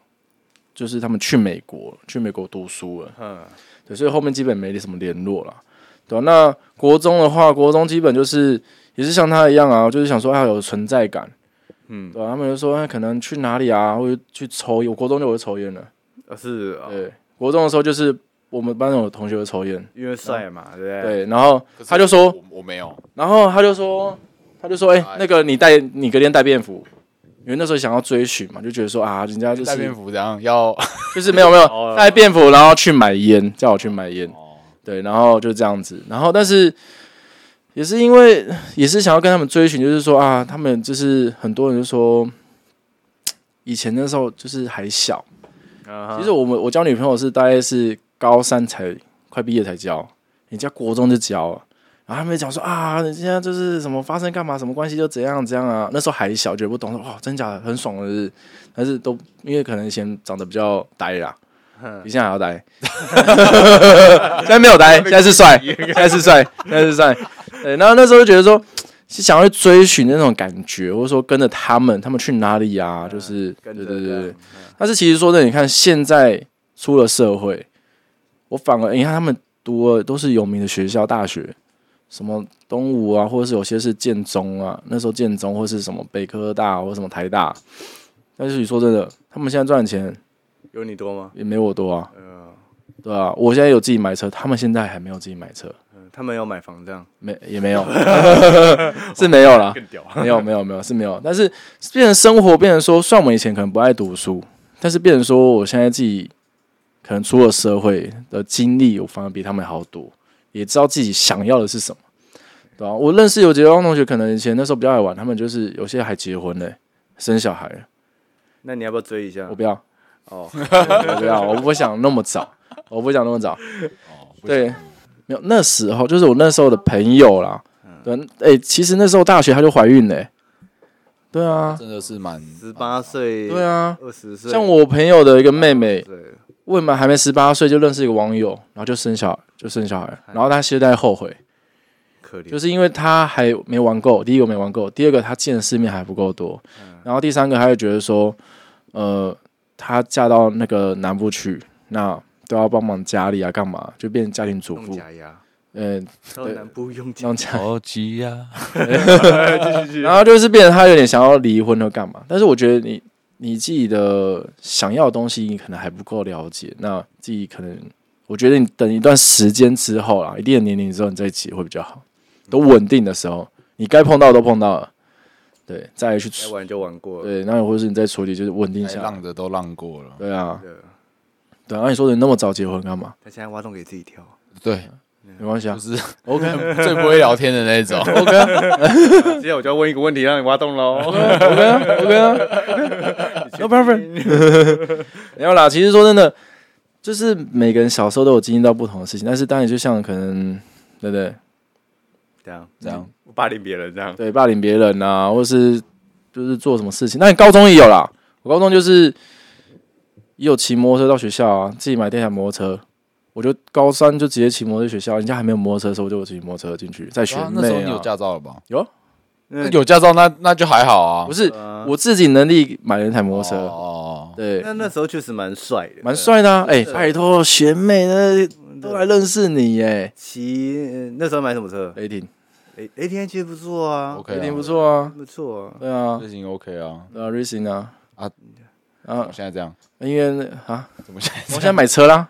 B: 就是他们去美国，去美国读书了。
C: 嗯
B: 对，所以后面基本没什么联络了，对、啊、那国中的话，国中基本就是也是像他一样啊，就是想说要有存在感，
C: 嗯，
B: 对、啊、他们就说、哎可能去哪里啊，或者去抽烟，我国中就会抽烟了，
C: 呃是哦
B: 对，国中的时候就是我们班有同学会抽烟，
C: 因为帅嘛，对不对？
B: 对，然后
A: 可是
B: 他就说，
A: 我我没有，
B: 然后他就说，他就说，哎、那个你带你隔天带便服。因为那时候想要追寻嘛，就觉得说啊，人家就
A: 带便
B: 是
A: 服这样要
B: 就是没有没有
C: 哦
B: 带便服，然后去买烟，叫我去买烟，对，然后就这样子，然后但是也是因为也是想要跟他们追寻，就是说啊，他们就是很多人就说，以前那时候就是还小，
C: 嗯
B: 其实我们我交女朋友是大概是高三才快毕业才交，人家国中就交了。然后他们讲说啊，你现在就是什么发生干嘛，什么关系就怎样怎样啊。那时候还小，觉得不懂，说哇，真假的很爽的是，但是都因为可能以前长得比较呆啦，
C: 嗯
B: 比现在还 要呆。现在没有呆，现在是帅，现在是帅，现在是帅。对，然后那时候就觉得说，是想要去追寻那种感觉，或者说跟着他们，他们去哪里啊？就是对
C: 嗯跟
B: 对
C: 着
B: 对
C: 这样嗯
B: 对。但是其实说真的，你看现在出了社会，我反而你看他们读的都是有名的学校、大学，什么东吴啊，或者是有些是建中啊，那时候建中或是什么北科大或者什么台大。但是你说真的，他们现在赚的钱
C: 有你多吗？
B: 也没我多啊，
C: 嗯
B: 对吧、我现在有自己买车，他们现在还没有自己买车，
C: 嗯，他们要买房这样，
B: 没也没有， 是没有啦，
C: 更屌。
B: 没有没有没有是没有，但是变成生活变成说，虽然我们以前可能不爱读书，但是变成说我现在自己可能出了社会的经历，我反而比他们好多，也知道自己想要的是什么，对吧、啊我认识有结婚同学，可能以前那时候比较爱玩，他们就是有些还结婚嘞、生小孩了，
C: 那你要不要追一下
B: 我？不要，
C: 哦，
B: 我不要，我不想那么早，我不想那么早，
C: 哦
B: 对，没有那时候就是我那时候的朋友啦，
C: 嗯
B: 对，哎、其实那时候大学她就怀孕嘞、欸对 啊，
A: 真的是蛮
C: 十八岁，
B: 对，啊，
C: 二十岁，
B: 像我朋友的一个妹妹，
C: 对，
B: 未满还没十八岁就认识一个网友，然后就生小就生小孩，
C: 嗯
B: 然后她现在后悔，
C: 可怜，
B: 就是因为她还没玩够，第一个没玩够，第二个她见的世面还不够多，然后第三个她会觉得说，呃，她嫁到那个南部去，那都要帮忙家里啊，干嘛，就变成家庭主
C: 用
B: 妇，
C: 假牙，
B: 嗯，
C: 到南部用假
B: 弄家
A: 超级呀，
B: 然后就是变成他有点想要离婚或干嘛，但是我觉得你你自己的想要的东西，你可能还不够了解，那自己可能我觉得你等一段时间之后啊啦，一定的年龄之后你再结会比较好，都稳定的时候，你该碰到的都碰到了，对，再来去
C: 该
B: 处
C: 玩就玩过了，
B: 对，那或者是你再处理就是稳定
A: 该
B: 下来
A: 浪，的都浪过了，
B: 对啊，
C: 对
B: 对啊，然后你说的那么早结婚干嘛？
C: 他现在挖洞给自己跳，
A: 对，
B: 没关系啊
A: 就是
B: ，OK，
A: 最不会聊天的那种。
C: 接下来我就要问一个问题，让你挖洞喽。
B: No problem 。 没有啦，其实说真的，就是每个人小时候都有经历到不同的事情，但是当然就像可能，对不对？
C: 这样
A: 这样，
C: 霸凌别人这样，
B: 对，霸凌别人啊，或是就是做什么事情。那你高中也有啦，我高中就是也有骑摩托车到学校啊，自己买电台摩托车。我就高三就直接骑摩托车去学校，人家还没有摩托车的时候，我就有骑摩托车进去，在学
A: 啊
B: 妹、啊
A: 那时候你有驾照了吧？
C: 那
A: 那有驾照那那就还好啊
B: 不。是
C: 啊
B: 我自己能力买了一台摩托车，
A: 哦，
B: 对，
C: 那那时候确实蛮帅的，
B: 蛮帅的、啊。哎、拜托学妹那都来认识你耶，
C: 骑呃那时候买什么车？
B: 雷
A: 啊
B: 霆，
C: 雷雷霆其实不错啊
A: OK 啊
B: 雷霆不错啊，
C: 不错啊，
B: 对啊
A: 这，行 OK 啊。
B: 对啊，racing 啊，
A: 啊我
B: 啊，
A: 现在这样，
B: 因为啊，
A: 怎么现在
B: 我现在买车啦，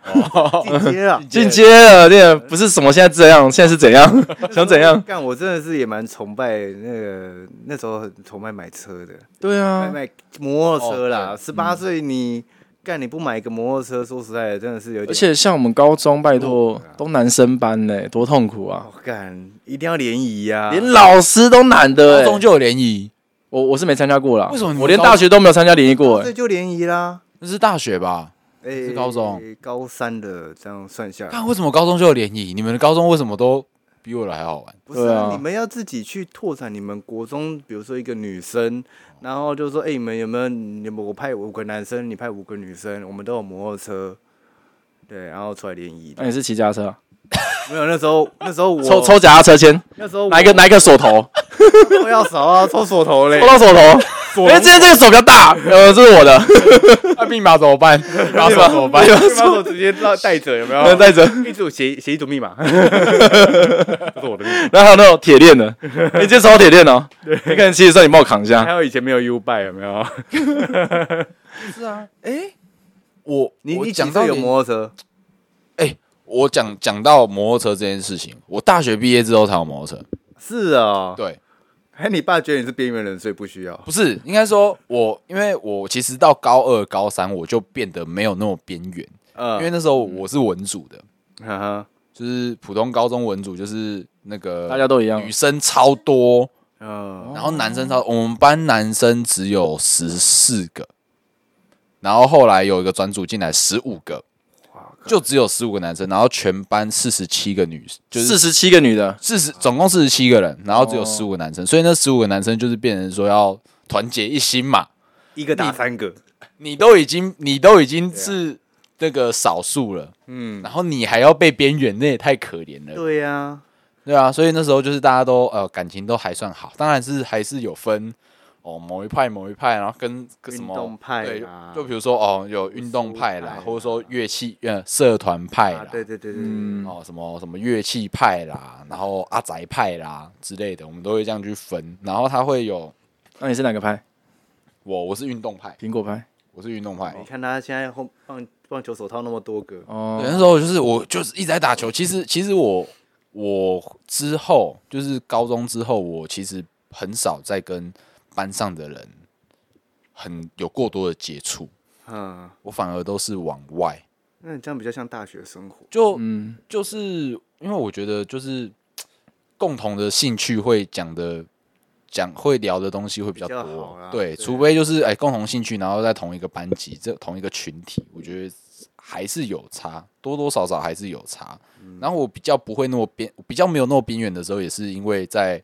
C: 进阶啊，
B: 进阶了，这不是什么现在这样，现在是怎样， 想怎样？
C: 干，我真的是也蛮崇拜那个那时候很崇拜买车的，
B: 对
C: 买
B: 啊，
C: 买摩托车啦。
A: 哦
C: 十八岁你干你不买个摩托车，说实在的，真的是有点。
B: 而且像我们高中，拜托
C: 啊
B: 都男生班呢，多痛苦啊，
C: 哦，干一定要联谊啊呀，
B: 连老师都难
A: 啊高
B: 得
A: 中
B: 哎，
A: 就有联谊，
B: 我我是没参加过啦，
A: 为什么你们
B: 我连
A: 高
B: 大学都没有参加联谊过
C: 这
B: 哎？
C: 就联谊啦。
A: 那是大学吧？
C: 哎，
A: 是高中
C: 高三的这样算下来
A: 看，为什么高中就有联谊？你们的高中为什么都比我的还好玩。
E: 不是、
B: 对
E: 啊
B: 啊
E: 你们要自己去拓展你们国中，比如说一个女生，然后就说，哎、你们有没有？你们我派五个男生，你派五个女生，我们都有摩托车，对，然后出来联谊。
B: 那你是骑脚踏车啊？
E: 没有，那时候那时候我
B: 抽抽脚踏车签，
E: 那时候我
B: 拿一个拿一个锁头，
E: 都要少啊，抽锁头嘞
B: 抽，到锁头。哎，今天这个手比较大，呃，这是我的。
A: 那密码怎么办？密码怎么办？
E: 把我直接带带着，有没有？
B: 带着，
E: 一组写写一组密码，这是我的密码。
B: 然后还有那种铁链的，你今天抽到铁链哦。你可能骑的时候你帮我扛一
E: 还
B: 下。
E: 有以前没有 U b y 有没有？
A: 我
E: 你
A: 我
E: 你
A: 讲
E: 几岁
A: 到
E: 有
A: 你
E: 摩托车？
A: 我讲讲到摩托车这件事情，我大学毕业之后才有摩托车。
E: 是啊、哦，
A: 对，
E: 哎，你爸觉得你是边缘人，所以不需要。
A: 不是应该说我，因为我其实到高二、高三我就变得没有那么边缘，
E: 嗯，
A: 因为那时候我是文组的，
B: 嗯
E: 哈哈，
A: 就是普通高中文组，就是那个
B: 大家都一样
A: 女生超多，
E: 嗯，
A: 然后男生超，我们班男生只有十四个，然后后来有一个转组进来十五个，就只有十五个男生，然后全班四十七个女，就是
B: 四十七个女的，
A: 四十总共四十七个人，然后只有
B: 哦
A: 十五个男生，所以那十五个男生就是变成说要团结一心嘛。
E: 一个打三个，
A: 你都已经你都已经是那个少数了，
E: 啊嗯，
A: 然后你还要被边缘，那也太可怜了。
E: 对呀、
A: 对啊，所以那时候就是大家都呃感情都还算好，当然是还是有分哦某一派某一派，然后跟跟什么
E: 运动派啊
A: 对
E: 啦，
A: 就比如说哦有运动派啦
E: 武术派，啦
A: 或者说乐器呃社团派啦
E: 啊，，对对对对，
B: 嗯，
A: 哦，什么什么乐器派啦，然后阿宅派啦之类的，我们都会这样去分。然后他会有
B: 那你是哪个派？
A: 我，我是运动派，
B: 苹果派。
A: 我是运动派。
E: 你看他现在后棒棒球手套那么多个，
B: 哦
A: 对，那时候就是我就是一直在打球。其实其实我我之后就是高中之后，我其实很少再跟班上的人很有过多的接触，
E: 嗯，
A: 我反而都是往外。
E: 那你这样比较像大学生活，
A: 就
B: 嗯，
A: 就是因为我觉得就是共同的兴趣会讲的讲会聊的东西会比较
E: 比较好
A: 多
E: 啦，
A: 对，
E: 对
A: 除非就是哎、共同兴趣，然后在同一个班级这同一个群体，我觉得还是有差，多多少少还是有差。然后我比较不会那么边，比较没有那么边缘的时候，也是因为在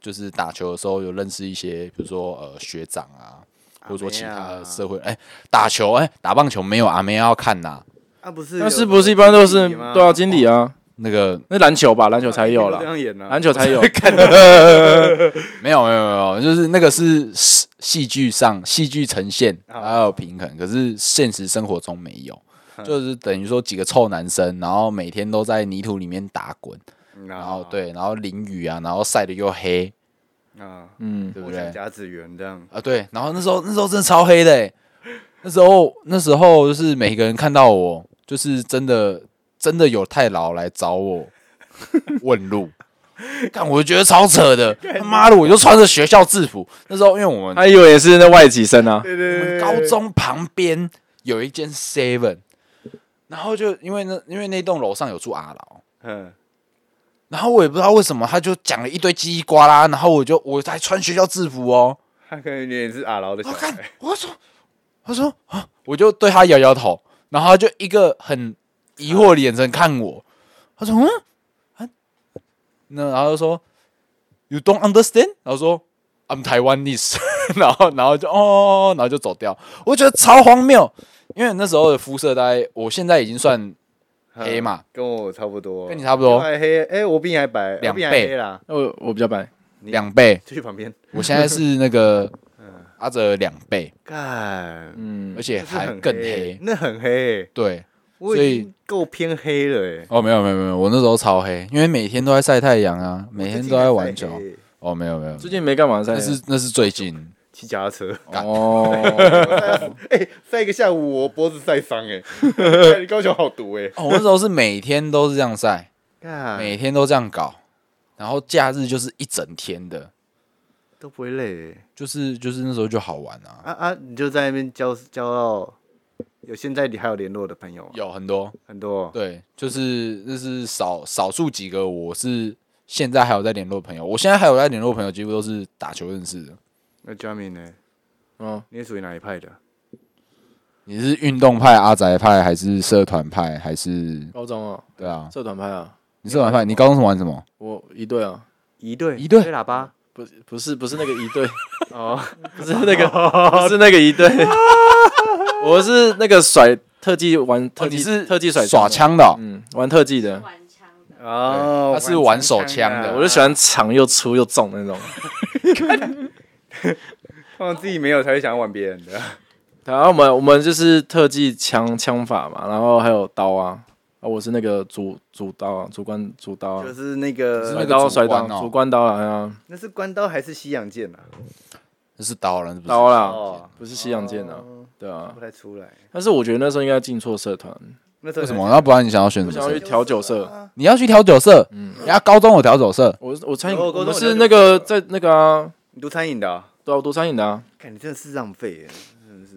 A: 就是打球的时候有认识一些，比如说呃学长啊，或者说其他的社会哎、打球哎、打棒球没有阿妹要看呐、
E: 啊不是有
B: 那
E: 什么
B: 是不是一般都是
E: 经理吗
B: 对啊，经理啊，
A: 那个
B: 那篮球吧，篮球才有
E: 这
B: 啦，
E: 样演啊
B: 篮，球才有。
A: 没有没有没有，就是那个是戏戏剧上戏剧呈现
E: 啊
A: 还有平衡，可是现实生活中没有，
E: 嗯
A: 就是等于说几个臭男生，然后每天都在泥土里面打滚，然
E: 然
A: 后对，然后淋雨啊，然后晒得又黑，
E: 啊，
B: 嗯，
A: 对不
E: 我
A: 对
E: 想？甲子园这样，
A: 啊对，然后那时候那时候真的超黑的欸，那时候那时候就是每个人看到我，就是真的真的有太老来找 我问路。看，我觉得超扯的，他妈的，我就穿着学校制服。那时候，因为我们
B: 他以为也是那外籍生啊。
E: 对
A: 我
E: 对
A: 们高中旁边有一间 Seven，然后就因为那因为那栋楼上有住阿劳，
E: 嗯，
A: 然后我也不知道为什么他就讲了一堆叽里呱啦，然后我就我还穿学校制服哦，
E: 他可能也是阿劳的小
A: 我看
E: 孩，
A: 我说他说啊，哎我就对他摇摇头，然后他就一个很疑惑的眼神看我，他说嗯啊，那然后就说 You don't understand，然后说 I'm Taiwanese，然 后然后就哦，然后就走掉，我觉得超荒谬，因为那时候的肤色大概我现在已经算
E: 嗯
A: 黑嘛，
E: 跟我差不多，
A: 跟你差不多
E: 还黑，哎，我比你还白，
A: 两
E: 我比你还
A: 倍
E: 黑啦，
B: 我我比较白，
E: 你
A: 两倍，
E: 就去旁边，
A: 我现在是那个阿哲两倍，
E: 干，
B: 嗯
A: 而，且
E: 这是
A: 还
E: 很
A: 更
E: 黑
A: 黑，，
E: 那很黑，
A: 对。
E: 我
A: 所以
E: 已经够偏黑了，哎，
A: 哦，没有没有没有，我那时候超黑，因为每天都在晒太阳啊，每天都在玩球。哦，没有没有，
B: 最近没干嘛在。
A: 那是那是最近，
E: 骑脚踏车。
A: 干
B: 哦，
E: 哎、晒一个下午，我脖子晒 伤哎、欸，你高雄好毒哎、
A: 哦，我那时候是每天都是这样晒，
E: 欸，
A: 每天都这样搞，然后假日就是一整天的，
E: 都不会累、欸、
A: 就是就是那时候就好玩啊，
E: 啊啊！你就在那边交交到有现在你还有联络的朋友吗啊
A: 有很多，
E: 很多哦，
A: 对，就是那是少少数几个我是现在还有在联络的朋友，我现在还有在联络的朋友，几乎都是打球认识的。
E: 那 Jamin 呢？
B: 嗯，
E: 你是属于哪一派的？
A: 你是运动派、阿宅派，还是社团派，还是
B: 高中啊，
A: 对啊？
B: 社团派啊，
A: 你是玩派？你高中是玩什么？
B: 我一队啊，
C: 一队
A: 一队
C: 吹喇叭
B: 不是不是不是那个一队，
C: 哦，
B: 不是那个不是那个一队，我是那个甩特技玩特技，
A: 你是
B: 特技甩
A: 耍枪
B: 枪的，
A: 的哦、
B: 嗯，玩特技的，
D: 玩枪的，
E: 哦，
A: 对他是玩手枪的
E: 玩啊
B: 我就喜欢长又粗又重那种。
E: 放自己没有才会想要玩别人的。
B: 然后我们我们就是特技枪枪法嘛，然后还有刀啊，啊我是那个主主刀啊，主关主刀啊
E: 就，是那
A: 是
E: 个
A: 那
B: 甩
A: 个
B: 刀
A: 主
B: 甩
A: 关
B: 刀
A: 哦
B: 主关刀啊，
E: 那是关刀还是西洋剑啊？
A: 这是刀了，是不是？
B: 刀啦，
E: 哦，
B: 不是西洋剑啊，
E: 哦
B: 对啊
E: 看不。太出来。
B: 但是我觉得那时候应该进错社团，
E: 那时候
A: 为什么？那不然你想要选
B: 我
A: 什
B: 想
A: 么
B: 要去
A: 色？
B: 调酒社。
A: 你要去调酒色，嗯，人家高中有调酒色，
B: 我我餐饮，
E: 有
B: 我
E: 我高中
B: 们
E: 有
B: 是
E: 调
B: 那
E: 酒
B: 个
E: 社
B: 在那个啊，
E: 你读餐饮的哦？
B: 对啊，我读餐饮的啊。
E: 看你真的是浪费耶，真的是。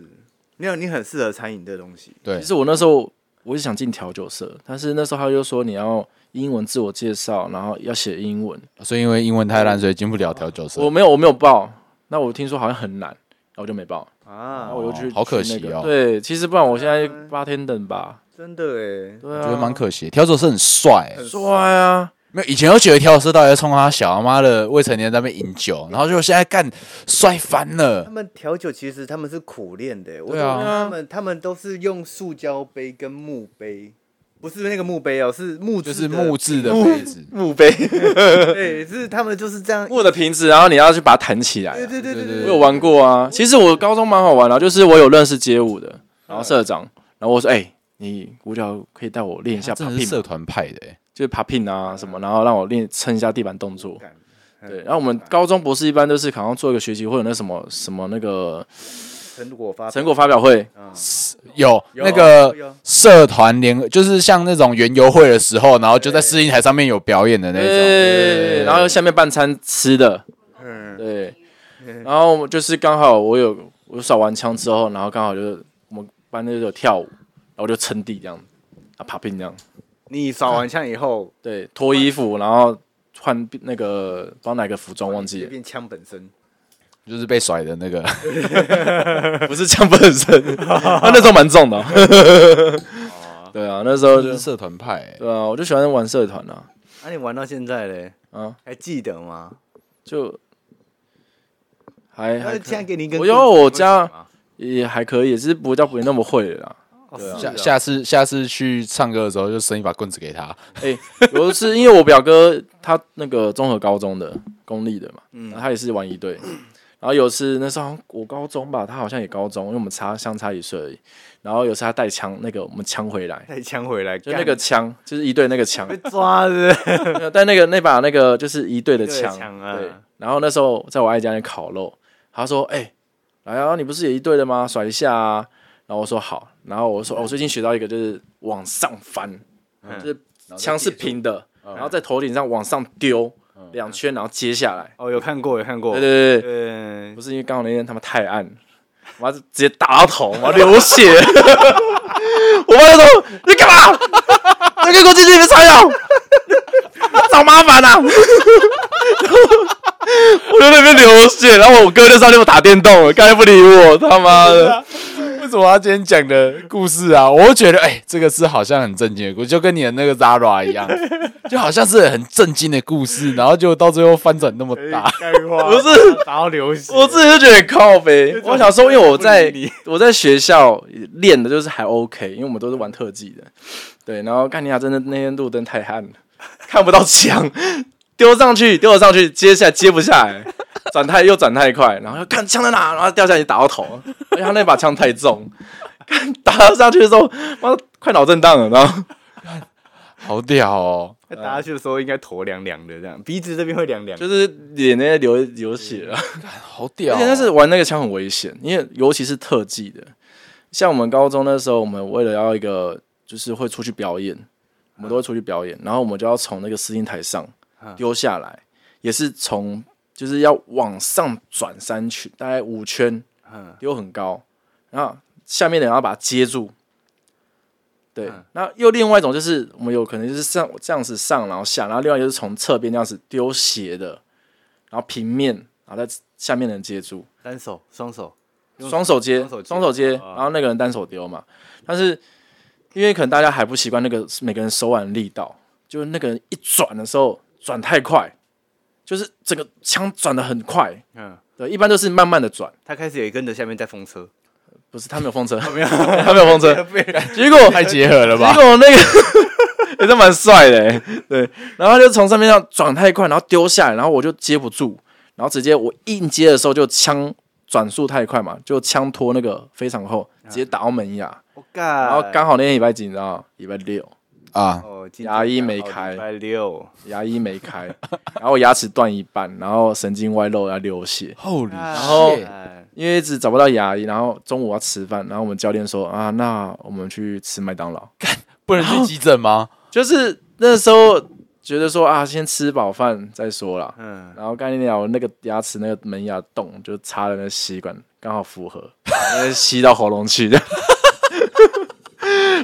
E: 没有，你很适合餐饮这东西。
A: 对
B: 其，实我那时候我是想进调酒社，但是那时候他就说你要英文自我介绍，然后要写英文。
A: 所以因为英文太烂，所以进不了调酒色。
B: 我没有我没有报，那我听说好像很难，然后我就没报。
E: 啊
B: 然后我就去、
A: 好可
B: 去那个
A: 惜哦
B: 对，其实不然我现在八天等吧。
E: 真的哎，
B: 对
A: 我
B: 啊，
A: 觉得蛮可惜的，调酒色很帅、欸，
B: 帅啊。
A: 没有以前都觉得调酒色到底在冲他小他啊妈的未成年在那边饮酒，然后就现在干帅翻
E: 他
A: 了，
E: 们调酒其实他们是苦练的耶，我
A: 对啊
E: 怎么看他们他们都是用塑胶杯跟木杯，不是那个木杯哦，是木
A: 就
E: 质
A: 是
E: 的
A: 木质的杯子，
B: 墓碑
E: 对，是他们就是这样。
B: 木的瓶子，然后你要去把它弹起来啊、
E: 对对对对
A: 对
E: 对，
B: 我有玩过啊，其实我高中蛮好玩的、啊就是我有认识街舞的，然后社长，然后我说，哎、你舞脚可以带我练一下
A: 哎他真的
B: popping
A: 是
B: 吗
A: 社团派的、欸，
B: 就是 popping 啊什么，然后让我练撑一下地板动作。
E: 嗯
B: 对，然后我们高中博士一般都是好像做一个学期会有那什么什么那个
E: 成果发
B: 成果发表会，
A: 有
E: 有
A: 那个
E: 有
A: 社团联，就是像那种园游会的时候，然后就在试音台上面有表演的那种，
B: 对，哎然后下面半餐吃的，
E: 嗯，
B: 对，然后就是刚好我有我扫完枪之后，然后刚好就是我们班那就有跳舞，然后就撑地这样，啊 popping 这样，
E: 你扫完枪以后
B: 对，脱衣服然后换那个不知道哪个服装忘记
E: 就
B: 了，
E: 变枪本身，
A: 就是被甩的那个，
B: 不是枪本身，他那时候蛮重 的哦。对啊，那时候
A: 就
B: 就是
A: 社团派、欸。
B: 对啊，我就喜欢玩社团啊，
E: 那你玩到现在嘞，
B: 啊，
E: 还记得吗？
B: 就还
E: 那
B: 还
E: 现在给你一根
B: 我
E: 棍子，
B: 有我
E: 你会
B: 家
E: 选吗
B: 也还可以，只是不叫不会那么会了啦。
E: 哦
B: 对啊
E: 是
A: 下
E: 哦
A: 下次下次去唱歌的时候，就伸一把棍子给他。
B: 哎、我是因为我表哥他那个综合高中的公立的嘛，然后他也是玩一队，然后有次那时候好像我高中吧，他好像也高中，因为我们差相差一岁而已。然后有次他带枪，那个我们枪回来，
E: 带枪回来，
B: 就
E: 干
B: 那个枪，就是一队那个 枪，
E: 被抓的，
B: 没有但那个那把那个就是一队的
E: 一队
B: 枪
E: 的，枪啊
B: 对。然后那时候在我爱家那烤肉，他说：“哎、来啊，你不是也一队的吗？甩一下啊。”然后我说：“好。”然后我说：“哦我最近学到一个，就是往上翻，就是枪是平的，然后在头顶上往上丢两圈，然后接下来。
E: 哦，有看过有看过
B: 对对对对，
E: 对
B: 不，是因为刚好那天他妈太暗，我要直接打到头，我要流血。 我妈就说：“你干嘛？
A: 啊
B: 你给我进去里面参 哦，找麻烦呐、啊！”我在那边流血，然后我哥就上去打电动了，刚才不理我，他妈的！
A: 为什么他今天讲的故事啊？我会觉得，哎、这个是好像很震惊的故事，就跟你的那个 Zara 一样，就好像是很震惊的故事，然后就到最后翻转那么
E: 哎
A: 大。
B: 哎
E: 不
B: 不是
E: 打到流血，
B: 我自己就觉得很靠呗。我想说，因为我在我在学校练的就是还 OK，因为我们都是玩特技的，对。然后干尼亚真的那天路灯太暗了，看不到墙，丢上去丢了上去，接下来接不下来，转太又转太快，然后就看枪在哪，然后掉下去打到头，而且他那把枪太重，看打上去的时候，妈快脑震荡了，然后
A: 好屌哦！
E: 他
C: 啊
E: 打下去的时候应该头凉凉的，这样鼻子这边会凉凉的。
B: 就是脸那边流流血啊了。
A: 好屌、哦
B: 而且 但是玩那个枪很危险，因为尤其是特技的，像我们高中那时候，我们为了要一个就是会出去表演，我们都会出去表演，然后我们就要从那个司令台上丢下来，也是从就是要往上转三圈，大概五圈
E: 嗯，
B: 丢很高，然后下面的人要把它接住。对，那又另外一种就是我们有可能就是上这样子上，然后下，然后另外就是从侧边这样子丢斜的，然后平面，然后在下面的人接住。
E: 单手、双手，
B: 双手接
E: 双手，接
B: 双手接，
E: 啊
B: 然后那个人单手丢嘛。但是因为可能大家还不习惯那个每个人手腕的力道，就是那个人一转的时候转太快，就是整个枪转的很快，
C: 嗯，
B: 对，一般都是慢慢的转，
C: 他开始也跟着下面在风车，
B: 不是他没有 风车，他没有他没有风车，结果
A: 太结合了吧
B: 结？ 果那个也是蛮帅的欸，对。然后他就从上面上转太快，然后丢下来，然后我就接不住，然后直接我硬接的时候就枪转速太快嘛，就枪托那个非常厚，
E: 嗯
B: 直接打到门牙。
C: 我
B: 然
C: 干
B: 后刚好那天礼拜几，你知道吗？礼拜六，
A: 啊，
C: 哦，今天
B: 牙医没
C: 刚好
B: 开
C: 礼拜六，
B: 牙医没开，然后我牙齿断一半，然后神经外露要流血。
A: 后
C: 然
B: 后
C: 哎
B: 因为一直找不到牙医，然后中午我要吃饭，然后我们教练说啊，那我们去吃麦当劳。
A: 不能去急诊吗？
B: 就是那时候觉得说啊，先吃饱饭再说啦。
C: 嗯，
B: 然后刚才聊那个牙齿那个门牙洞，就插了那吸管，刚好符合，然后吸到喉咙去的。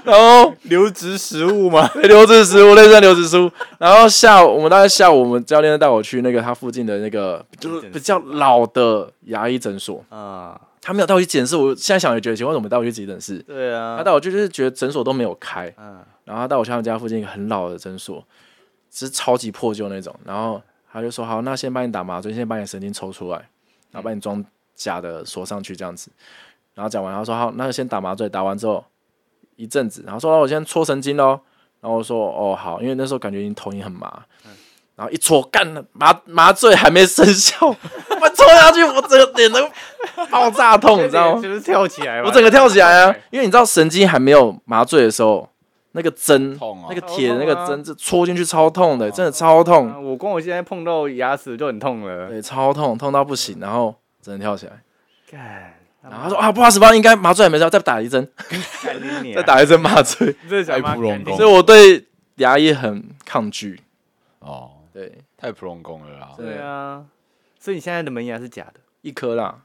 B: 然后
C: 流质食物吗？
B: 留子书，类似留子书。然后下午我们大概下午，我们教练带我去那个他附近的那个就是比较老的牙医诊所，
C: 啊，
B: 他没有带我去急诊室。我现在想也觉得奇怪，为什么没带我去急诊室？
C: 对
E: 嗯
C: 啊，
B: 他带我去就是觉得诊所都没有开，
C: 嗯
B: 然后他带我去他们家附近一个很老的诊所，是超级破旧那种。然后他就说：“好，那先帮你打麻醉，先把你神经抽出来，然后把你装假的锁上去，这样子。”然后讲完，他说：“好，那就先打麻醉，打完之后一阵子，然后说：‘那我先戳神经喽。’然后我说：‘哦，好，因为那时候感觉已经头已经很麻。’然后一戳，干麻麻醉还没生效，我戳下去，我整个脸都爆炸痛，你知道 吗？
C: 就是跳起来嘛，
B: 我整个跳起来啊！因为你知道神经还没有麻醉的时候，那个针、
A: 痛哦
B: 那个铁的那
C: 超
B: 个
C: 痛啊
B: 针，就戳进去超痛的，真的超痛
C: 啊，，我光我现在碰到牙齿就很痛了。
B: 对，超痛，痛到不行，然后只能跳起来。
C: 干，
B: 然后他说啊，不好意思，不好意思，应该麻醉还没效，再打一针，
C: 干你
B: 再，打一针麻醉。
C: 这
A: 想吗太不容共
B: 所以我对牙医很抗拒，
A: 哦，
B: 对，
A: 太普通工了啦。
B: 对
C: 对啊，所以你现在的门牙是假的，
B: 一颗啦，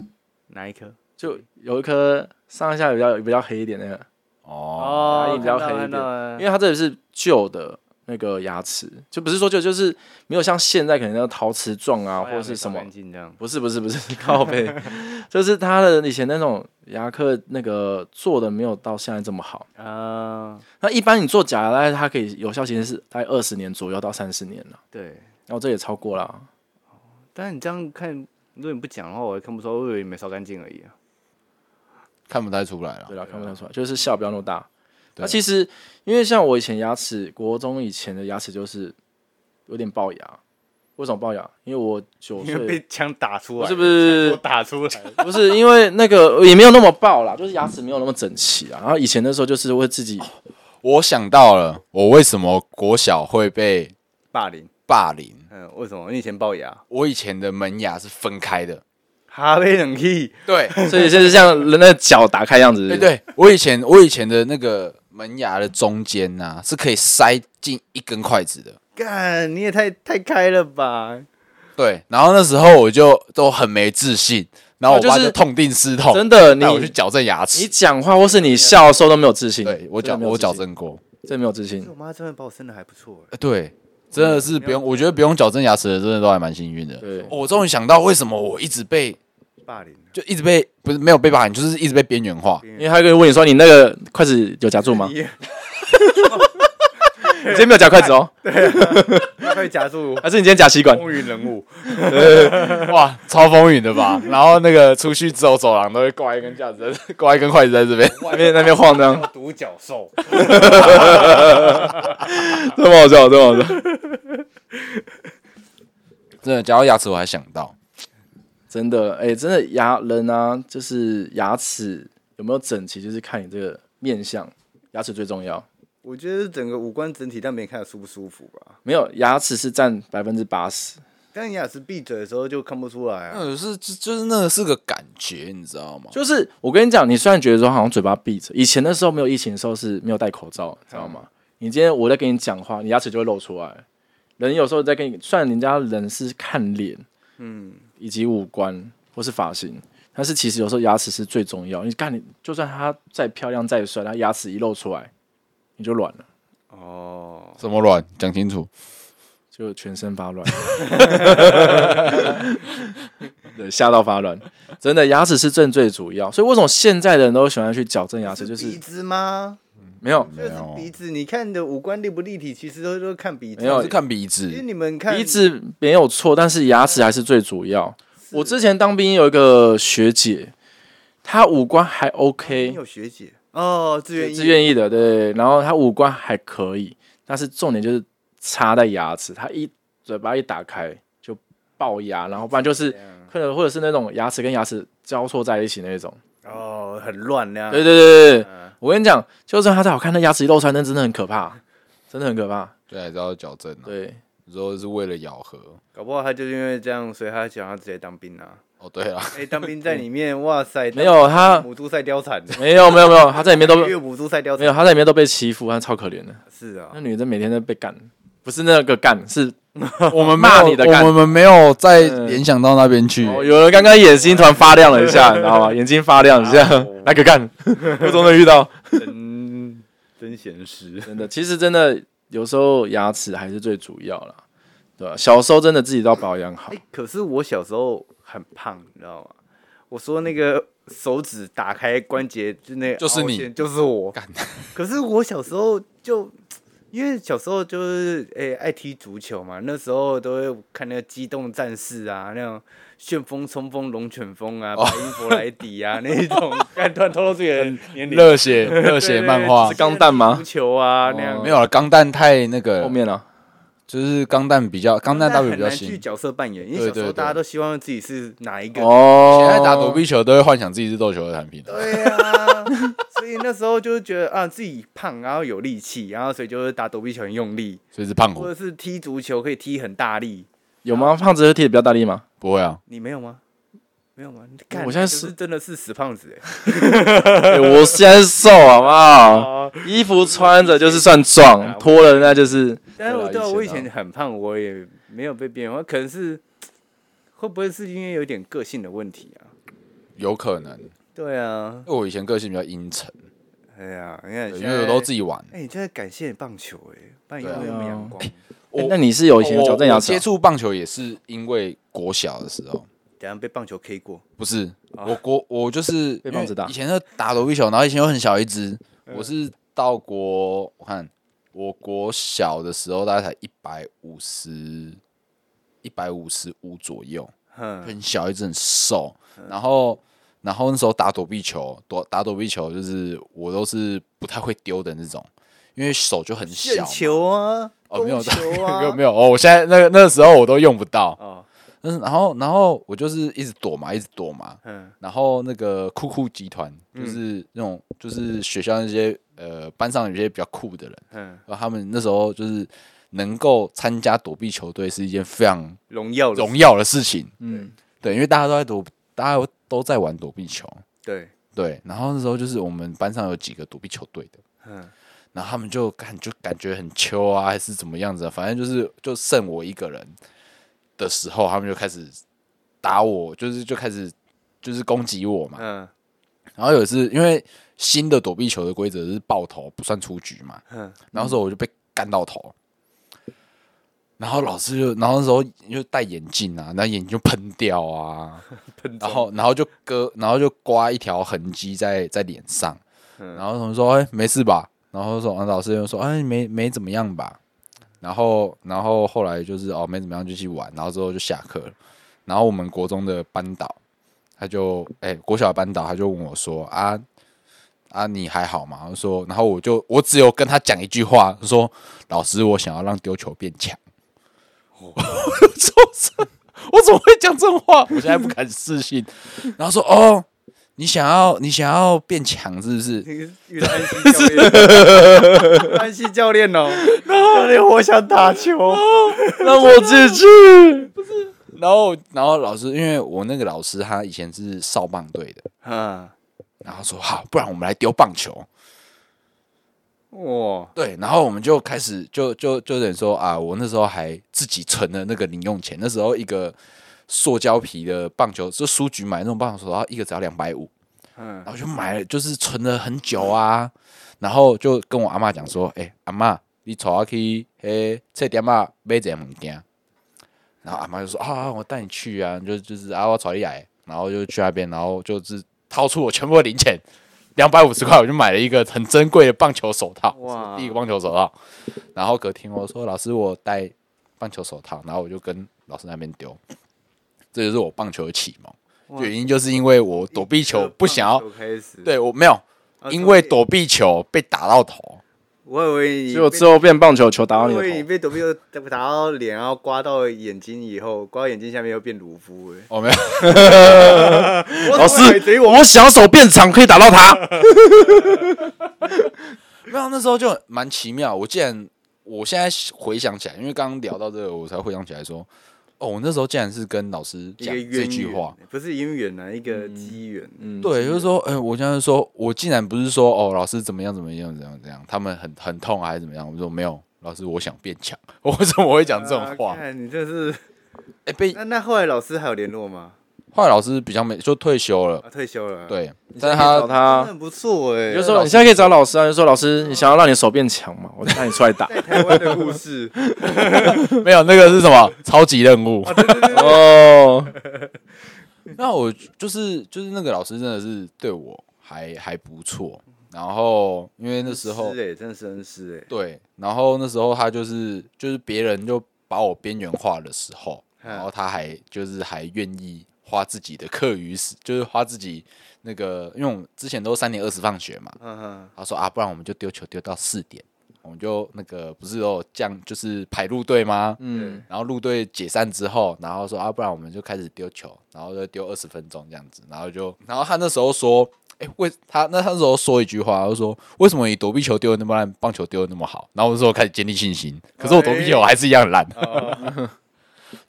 C: 哪一颗？
B: 就有一颗上下比较比较黑一点那个，
A: 哦，
C: 啊
B: 牙龈比较黑一点
C: 看到了
B: 因为它这里是旧的。那个牙齿就不是说旧，就是没有像现在可能要陶瓷状啊，
C: 刷
B: 或
C: 牙
B: 者
C: 没
B: 是
C: 刷
B: 什么
C: 干净这样
B: 不是不是不是 靠背，就是他的以前那种牙科那个做的没有到现在这么好。
C: 啊，
B: 那一般你做假牙，大概它可以有效期间是大概二十年左右到三十年了，
C: 对。
B: 然后这也超过了。
C: 啊但是你这样看，如果你不讲的话，我也看不出来，我以为你没烧干净而已啊。
A: 看不太出来了
B: 对。啦，看不太出来，就是笑不要那么大。那
A: 对
B: 其实因为像我以前牙齿，国中以前的牙齿就是有点龅牙。为什么龅牙？因为我九
C: 因为
B: 岁
C: 被枪打出
B: 不
C: 来，
B: 是不是
C: 我打出来，
B: 不是因为那个也没有那么龅啦，就是牙齿没有那么整齐啊啦。然后以前的时候就是会自己
A: 我想到了，我为什么国小会被
C: 霸凌。
A: 霸凌？
C: 嗯，为什么？你以前龅牙，
A: 我以前的门牙是分开的。
C: 哈被冷气，
A: 对，
B: 所以就是像人的脚打开样子，
A: 对对，我以前我以前的那个门牙的中间呐、是可以塞进一根筷子的。
C: 干，你也太太开了吧？
A: 对，然后那时候我就都很没自信，然后我
B: 啊
A: 爸
B: 就是
A: 就痛定思痛，
B: 真的，你
A: 哦带我去矫正牙
B: 你
A: 齿。
B: 讲话或是你笑的时候都没有自信。
A: 对嗯我矫
B: 讲
A: 我矫，正过，
B: 真的没有自信
C: 我。妈真的把我生的还不错，
A: 呃对，真的是不用，我觉得不用矫正牙齿的真的都还蛮幸运的。
B: 对
A: 哦我终于想到为什么我一直被
C: 欸霸凌。
A: 就一直被不是没有被霸凌，就是一直被边缘化。
B: 因为他跟你问你说你那个筷子有夹 住吗？你 今天没有夹筷 子哦，
C: 他会夹住
B: 还是你今天夹吸管？
C: 风云人物，
A: 哇，超风云的吧？然后那个出去走走廊都会挂一根架子，挂一根筷子在这边，
B: 那边那边晃荡，
C: 独角兽。
B: 这么好笑，这么好笑，
A: 真的，讲到牙齿我还想到，
B: 真的，哎，真的牙人啊，就是牙齿有没有整齐，就是看你这个面相，牙齿最重要。
C: 我觉得整个五官整体让别人看的舒不舒服吧。
B: 没有牙齿是占百分之八十，
C: 但牙齿闭着的时候就看不出来啊。
A: 嗯，是就就是那个是个感觉，你知道吗？
B: 就是我跟你讲，你虽然觉得说好像嘴巴闭着，以前的时候没有疫情的时候是没有戴口罩，知道吗？你今天我在跟你讲话，你牙齿就会露出来。人有时候在跟你，虽然人家人是看脸，嗯，以及五官或是发型，但是其实有时候牙齿是最重要。你看你，就算她再漂亮再帅，她牙齿一露出来，你就软了，
C: 哦，
A: 什么卵？讲清楚。
B: 就全身发软，对，吓到发软。嗯真的，牙齿是正最主要，所以为什么现在的人都喜欢去矫正牙齿？就是
C: 鼻子吗？
B: 没有
A: 没
E: 就是
A: 有
E: 鼻子，你看你的五官立不立体，其实都都看鼻子。
B: 没有
A: 是看鼻
E: 其实
A: 子，
E: 你们看
B: 鼻子没有错，但是牙齿还是最主要。我之前当兵有一个学姐，她五官还 OK，
E: 你有学姐哦，志愿
B: 自愿意的，对。然后他五官还可以，但是重点就是插在牙齿，他一嘴巴一打开就龅牙，然后不然就是或者或者是那种牙齿跟牙齿交错在一起那种。
E: 哦，很乱那样。
B: 对对对对对，我跟你讲，就算他再好看，那牙齿一露出来，那真的很可怕，真的很可怕。
A: 对，还是要矫正啊。
B: 对，
A: 你说是为了咬合？
E: 搞不好他就是因为这样，所以他想要直接当兵啊。
A: 哦，对 啊，
E: 哎、当兵在里面，哇塞，
B: 没有他
E: 母猪赛貂蝉的，
B: 没有没有没有，他在里面都
E: 岳母猪赛貂
B: 没有，
E: 蝉
B: 他在里面都被欺负，他超可怜的。
E: 是啊
B: 那，女的每天都被干，不是那个干，是
A: 我 们
B: 骂你的干
A: 我们没有再
B: 嗯
A: 联想到那边去。
B: 哦，有人刚刚眼睛突然发亮了 一下，你知道吗？眼睛发亮一下，
A: 哦
B: 那个干，我终于遇到。
E: 真真闲实。
B: 真的，其实真的有时候牙齿还是最主要啦，对吧、小时候真的自己都要保养好
E: 哎、，可是我小时候很胖，你知道吗？我说那个手指打开关节就那个
A: 就是
E: 凹
A: 你
E: 陷就是我。 可是我小时候就，因为小时候就是哎、爱踢足球嘛，那时候都会看那个《机动战士》啊，那种旋风、冲锋、龙卷风
A: 哦
E: 啊，白衣弗莱迪啊 那一种，看突然透露自己的年龄。
A: 热血热血漫画
B: 是钢弹吗
E: 足？球啊那
A: 哦
E: 样
A: 没。有了，钢弹太那个
B: 后
A: 了，
B: 面啊，
A: 就是钢弹比较钢弹大
E: 但
A: 会
E: 很
A: 比较
E: 难去
A: 新。
E: 角色扮演，因为
A: 对
E: 小时候
A: 对对
E: 大家都希望自己是哪一个
B: 哦，
A: 现在打躲避球都会幻想自己是斗球的产品的。
E: 对啊，所以那时候就是觉得啊自己胖，然后有力气，然后所以就是打躲避球很用力，
A: 所以是胖
E: 或
A: 虎
E: 者是踢足球可以踢很大力。
B: 有吗？胖子会踢的比较大力吗？
A: 不会啊，
E: 你没有吗？没有吗？看
B: 我现在
E: 是
B: 是
E: 真的是死胖子哎、
B: 哎我现在瘦好不好？
E: 哦，
B: 衣服穿着就是算
A: 啊
B: 壮，脱了那就是
E: 但是我对
A: 对
E: 啊，
A: 啊
E: 我以
A: 以前啊
E: 前很胖，我也没有被边缘化，可能是会不会是因为有点个性的问题啊？
A: 有可能。因
E: 对啊，
A: 为我以前个性比较阴沉，
E: 哎呀，你看
A: 对
E: 现
A: 因
E: 在，
A: 为我都自己玩。
E: 哎、你真的感谢棒球哎、棒球
A: 对啊
E: 没有阳光。
A: 我
B: 哎那你是有以前有矫
A: 哦我
B: 正牙
A: 我
B: 齿啊
A: 接？触棒球也是因为国小的时候，
E: 等一下被棒球 K 过，
A: 不是
E: 啊
A: 我国我就是
B: 被棒子打嗯
A: 因为以前就打躲避球，然后以前又很小一只，我是到国我看我国小的时候大概才一百五十一百五十五左右，
E: 哼，
A: 很小一只很瘦，
B: 嗯
A: 然后然后那时候打躲避球，躲打躲避球就是我都是不太会丢的那种，因为手就很小
E: 线
A: 嘛，
E: 球啊，
A: 哦没有
E: 勾球 啊，
A: 没有没有哦，我现在那个那时候我都用不到，
E: 哦，
A: 嗯，然后然后我就是一直躲嘛，一直躲嘛，
E: 嗯，
A: 然后那个酷酷集团就是那种、就是学校那些呃班上有些比较酷的人，
E: 嗯，
A: 然后他们那时候就是能够参加躲避球队是一件非常
E: 荣耀的
A: 荣耀的事情，
B: 嗯，
A: 对，因为大家都在躲，大家都在玩躲避球，
E: 对，
A: 对，然后那时候就是我们班上有几个躲避球队的，嗯，然后他们就感就感觉很秋啊，还是怎么样子、啊，反正就是就剩我一个人的时候，他们就开始打我，就是就开始就是攻击我嘛。
E: 嗯
A: 然后有一次，因为新的躲避球的规则是爆头不算出局嘛，
E: 嗯
A: 然后那时候我就被干到头，然后老师就，然后那时候就戴眼镜啊，那眼睛就喷掉啊，然后然后就割，然后就刮一条痕迹在在脸上，然后同学说，哎、没事吧？然后说，啊老师就说，哎、没没怎么样吧？然后然后后来就是哦，没怎么样就去玩，然后之后就下课了。然后我们国中的班导，他就哎、国小的班导他就问我说啊啊你还好吗？我说，然后我就我只有跟他讲一句话，说老师我想要让丢球变强。我就说这我怎么会讲这种话？ 我现在不敢置信。然后说哦，你想要你想要变强是不是？
E: 那个遇到安西教练，安西教练哦，教练我想打球，
A: 让我自己不是。然后然后老师，因为我那个老师他以前是少棒队的，
E: 嗯，
A: 然后说好，不然我们来丢棒球。
E: 哇，
A: 对，然后我们就开始就就就等于说啊，我那时候还自己存了那个零用钱，那时候一个塑胶皮的棒球，就书局买那种棒球手套，一个只要两百五，
E: 嗯
A: 然后就买了，就是存了很久啊，然后就跟我阿妈讲说，哎、阿妈，你带我去诶册店啊买一个物件，然后阿妈就说啊，我带你去啊，就就是啊我带你来，然后就去那边，然后就是掏出我全部的零钱， 两百五十块，我就买了一个很珍贵的棒球手套，
E: 哇
A: 哇，第一个棒球手套。然后隔天我说老师，我戴棒球手套，然后我就跟老师那边丢，这就是我棒球的启蒙。原因就是因为我躲避球不想要，
E: 开始，
A: 对我没有
E: 啊
A: 因为，躲避球被打到头，
E: 我以为你
B: 结果之后变棒球球打到
E: 我以
B: 你
E: 为你
B: 的头，
E: 被躲避球打到脸，然后刮到眼睛以后，刮到眼睛下面又变鲁夫哎。
A: 我没有。
E: 老师，
A: 以我小手变长可以打到他。没有，那时候就蛮奇妙。我竟然，我现在回想起来，因为刚刚聊到这个，我才回想起来说，哦，我那时候竟然是跟老师
E: 一
A: 讲
E: 个
A: 这
E: 渊
A: 句话
E: 源，，不是渊源啊，一个机缘。
B: 嗯，
A: 对，就是说，哎、我现在说，我竟然不是说，哦，老师怎么样怎么样怎么样怎么样，他们很很痛啊还是怎么样？我说没有，老师，我想变强。 我为什么会讲这种话？
E: 啊
A: 哎、
E: 看你这是
A: 被
E: 那那后来老师还有联络吗？
A: 后来老师比较没，就退休了，
E: 啊，退休了。，
A: 对，
B: 你
A: 但
B: 现在
A: 是
B: 可以找
A: 他
B: 他，
E: 很不错哎。
B: 你就说你现在可以找老师啊，就说老师，你想要让你手变强嘛，我就让你出来打。
E: 在台湾的故事，
A: 没有那个是什么超级任 务。
B: 哦，
A: 那我就是就是那个老师真的是对我还还不错，然后因为那时候
E: 是哎，真的是恩师哎。
A: 对，然后那时候他就是就是别人就把我边缘化的时候，
E: 嗯
A: 然后他还就是还愿意花自己的课余时，就是花自己那个，因为我们之前都三点二十放学嘛，
E: 嗯哼，
A: 他说啊，不然我们就丢球丢到四点，我们就那个不是有降就是排路队吗？
B: 嗯，
A: 然后路队解散之后，然后说啊，不然我们就开始丢球，然后就丢二十分钟这样子，然后就，然后他那时候说，哎、为他那他那时候说一句话，他就说为什么你躲避球丢的那么烂，棒球丢的那么好？然后我那时候开始建立信心，可是我躲避
E: 哎
A: 球还是一样烂。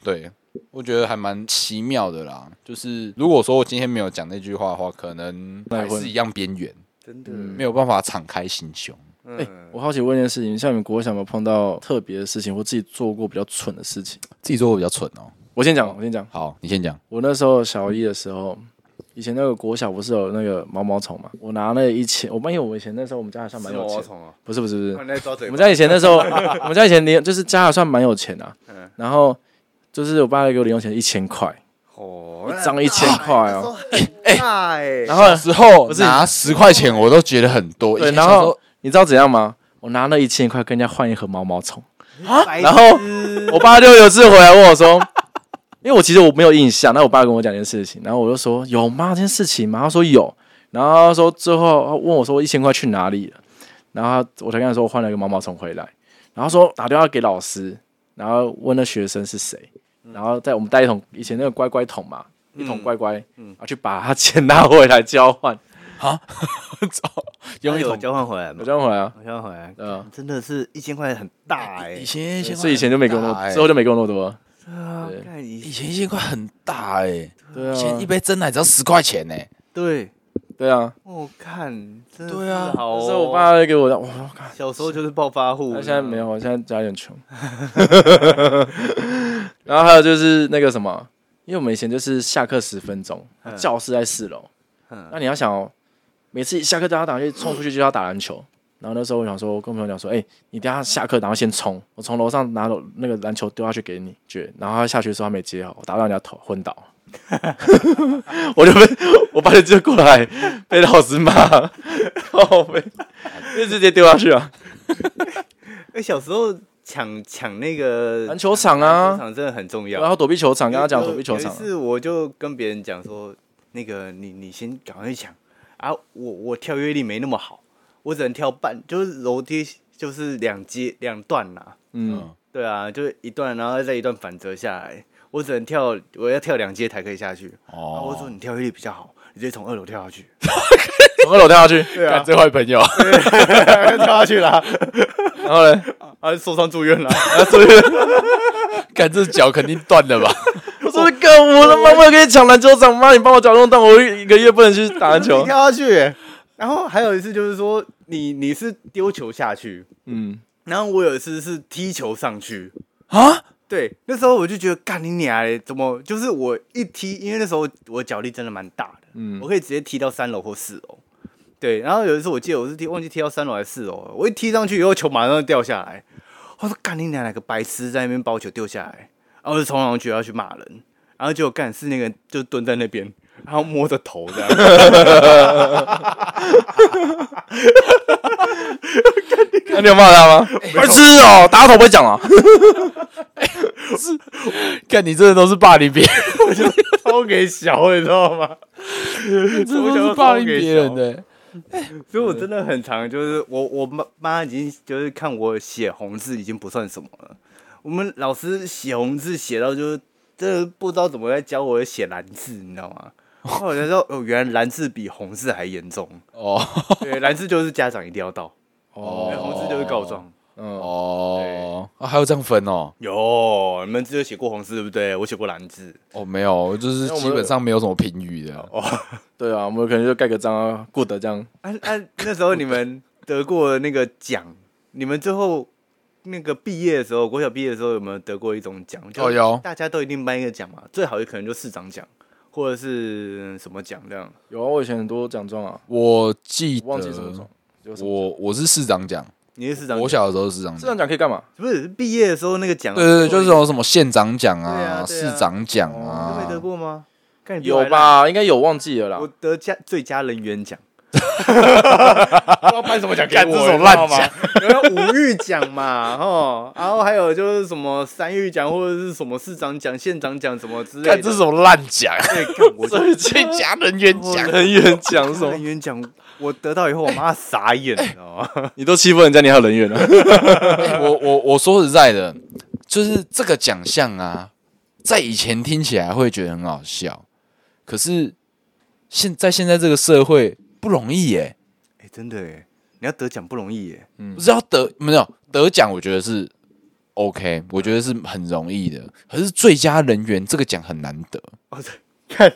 A: 对，我觉得还蛮奇妙的啦。就是如果说我今天没有讲那句话的话，可能还是一样边缘，
E: 真的。
B: 嗯
A: 没有办法敞开心胸。
B: 哎，我好奇问一件事情，像你们国小有没有碰到特别的事情，或自己做过比较蠢的事情？
A: 自己做我比较蠢哦。
B: 我先讲，我先讲，
A: 好，你先讲。
B: 我那时候小一的时候。以前那个国小不是有那个毛毛虫嘛？我拿那一千，我因为我以前那时候我们家还算蛮有钱，
E: 虫啊！
B: 不是不是不是
E: 不，然在抓嘴
B: 我
E: 巴
B: 们。家以前那时候，我们家以前零就是家还算蛮有钱啊，然后就是我爸给我零用钱一千块，
E: 哦，
B: 一张一千块
E: 那时
B: 哦，
E: 候很大哎。
B: 然后
A: 之后
B: 不是
A: 拿十块钱我都觉得很多，
B: 对，
A: 以前
B: 然
A: 小时
B: 后
A: 候
B: 你知道怎样吗？我拿那一千块跟人家换一盒毛毛虫，啊
E: 白
B: 然后我爸就有一次回来问我说，因为我其实我没有印象，那我爸跟我讲一件事情，然后我就说有吗？这件事情吗？他说有，然后他说最后他问我说一千块去哪里了，然后他我才跟他说我换了一个毛毛虫回来，然后说打电话给老师，然后问那学生是谁，然后在我们带一桶以前那个乖乖桶嘛，一桶乖乖，然后去把他钱拿回来交换，
A: 用一
E: 有
A: 种
E: 交换回来
B: 我
E: 吗？
B: 交换回来啊，
E: 我交换回来，
B: 嗯、
E: 真的是一千块很大哎
A: 以。前一千块
B: 所以以前就没给我那哎
A: 很大欸
B: 么多，之后就没给我那么多了。
E: 啊
B: 对
E: 干
A: 以
E: 以
A: 前一千块很大哎、欸，
B: 对
A: 以前一
B: 啊，
A: 杯真奶只要十块钱欸呢、
E: 对，
B: 对啊，
E: 我看，真的
A: 对啊
E: 是好
B: 那
E: 哦
B: 时候我爸就给我的，哇，
E: 小时候就是暴发
B: 他
E: 户，
B: 现在没有，我现在家里很穷。 然后还有就是那个什么，因为我们以前就是下课十分钟，教室在四楼，
E: 嗯
B: 那你要想哦，每次一下课都要打去冲出去就要打篮球。然后那时候我想说，我跟朋友讲说，哎、你等一下下课，然后先冲，我从楼上拿了那个篮球丢下去给你，绝。然后他下去的时候他没接好，我打到人家头昏倒， 我就被我爸就接过来被老师骂， 靠背，就直接丢下去啊。
E: 哎，小时候抢抢那个
B: 篮球场
E: 篮球
B: 啊，
E: 场真的很重要。
B: 然后躲避球场，
E: 有
B: 跟他讲
E: 有
B: 躲避球场啊
E: 有一，次我就跟别人讲说，那个你你先赶快去抢啊，我我跳跃力没那么好，我只能跳半，就是楼梯就是两阶两段啦、
B: 嗯，
A: 嗯，
E: 对啊，就是一段，然后再一段反折下来，我只能跳，我要跳两阶才可以下去。然后我说
A: 哦，
E: 你跳跃力比较好，你直接从二楼跳下去，
B: 从二楼跳下去，
E: 对
A: 干，这坏朋友，
E: 跳下去 啦，
B: 然后 呢，
E: 啊受伤住院啦。
A: 干这脚肯定断了吧？
B: 我说哥，我他妈我跟你抢篮球场，妈你帮我脚弄断，我一个月不能去打篮
E: 你
B: 球，
E: 跳下去欸。然后还有一次就是说，你你是丢球下去，
B: 嗯，
E: 然后我有一次是踢球上去。
A: 啊，
E: 对，那时候我就觉得干你娘嘞，怎么就是我一踢，因为那时候我脚力真的蛮大的，
B: 嗯
E: 我可以直接踢到三楼或四楼。对，然后有一次我记得我是踢忘记踢到三楼还是四楼了，我一踢上去以后球马上就掉下来，我说干你娘哪个白痴在那边把我球丢下来，然后我就冲上去要去骂人，然后结果干是那个人就蹲在那边，然后摸着头这样，
B: 那你有骂他吗？白痴哦，打头不会讲了。
A: 看你真的都是霸凌别人，
E: 超给小，你知道吗？
A: 真的都是霸凌别人欸的、
E: 所以我真的很常就是我我妈妈已经就是看我写红字已经不算什么了，我们老师写红字写到就是真的不知道怎么在教我写蓝字，你知道吗？后来才知道哦，原来蓝字比红字还严重。
A: 哦
E: 对，蓝字就是家长一定要到，哎红字就是告状。
A: 哦，啊，还有这样分哦？
E: 有，你们只有写过红字对不对？我写过蓝字。
A: 哦，没有，就是基本上没有什么评语的。
B: 对啊，我们可能就盖个章啊，good 这样。
E: 啊啊！那时候你们得过那个奖，你们最后那个毕业的时候，国小毕业的时候有没有得过一种奖？就
A: 哦有
E: 大家都一定颁一个奖嘛，最好可能就市长奖或者是什么奖这样。
B: 有啊，我以前很多奖状啊，
A: 我记得
B: 忘记什么状。有什么
A: 我我是市长奖，
E: 你是市长奖，
A: 我小的时候是市长
B: 这
A: 奖，
B: 样讲可以干嘛？
E: 不是毕业的时候那个奖，
A: 对对对，就是有什么县长奖
E: 对啊
A: 啊、
E: 对
A: 市
E: 啊
A: 长奖
E: 你都
A: 啊
E: 没，得过吗？看你比我
B: 有
E: 还烂？
B: 吧，应该有忘记了
E: 我
B: 啦。
E: 得佳最佳人员奖。不知道颁什么奖给我，
A: 干这种烂奖
E: 你知道吗，有五育奖嘛， 哦，然后还有就是什么三育奖或者是什么市长奖、县长奖什么之类的。
A: 看这种烂奖，
E: 对，干我
A: 这 最佳人员奖，
B: 人员讲
E: 这种人员奖，我得到以后，我妈傻 眼，你知道吗？
B: 你都欺负人家，你还有人缘 啊？
A: 欸我我我说实在的，就是这个奖项啊，在以前听起来会觉得很好笑，可是现在现在这个社会不容易耶、
E: 哎，真的哎，你要得奖不容易耶。
A: 不是要得没有得奖，我觉得是 OK，我觉得是很容易的。可是最佳人员这个奖很难得，
E: 哦，对，看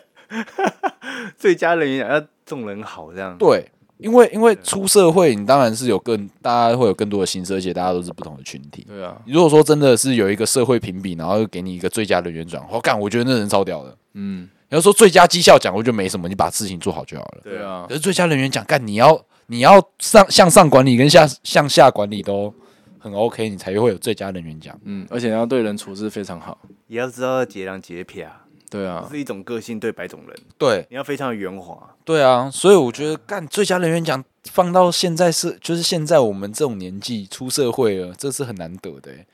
E: 最佳人员奖要众人好这样。
A: 对，因为因为出社会，你当然是有更大家会有更多的心思，而且大家都是不同的群体。
B: 对啊，
A: 如果说真的是有一个社会评比，然后给你一个最佳人员奖，我、干，我觉得那人超屌的。
B: 嗯，
A: 你要说最佳绩效奖，我觉得没什么，你把事情做好就好了。
B: 对啊
A: 可，是最佳人员奖，干你要你要上向上管理跟下向下管理都很 OK，你才会有最佳人员奖。
B: 嗯，而且你要对人处事非常好。
E: 也要知道结良结撇啊，
B: 对啊
E: 这，是一种个性对百种人，
A: 对
E: 你要非常圆滑。
A: 对啊，所以我觉得
E: 嗯
A: 干最佳人员奖放到现在是就是现在我们这种年纪出社会了，这是很难得的欸。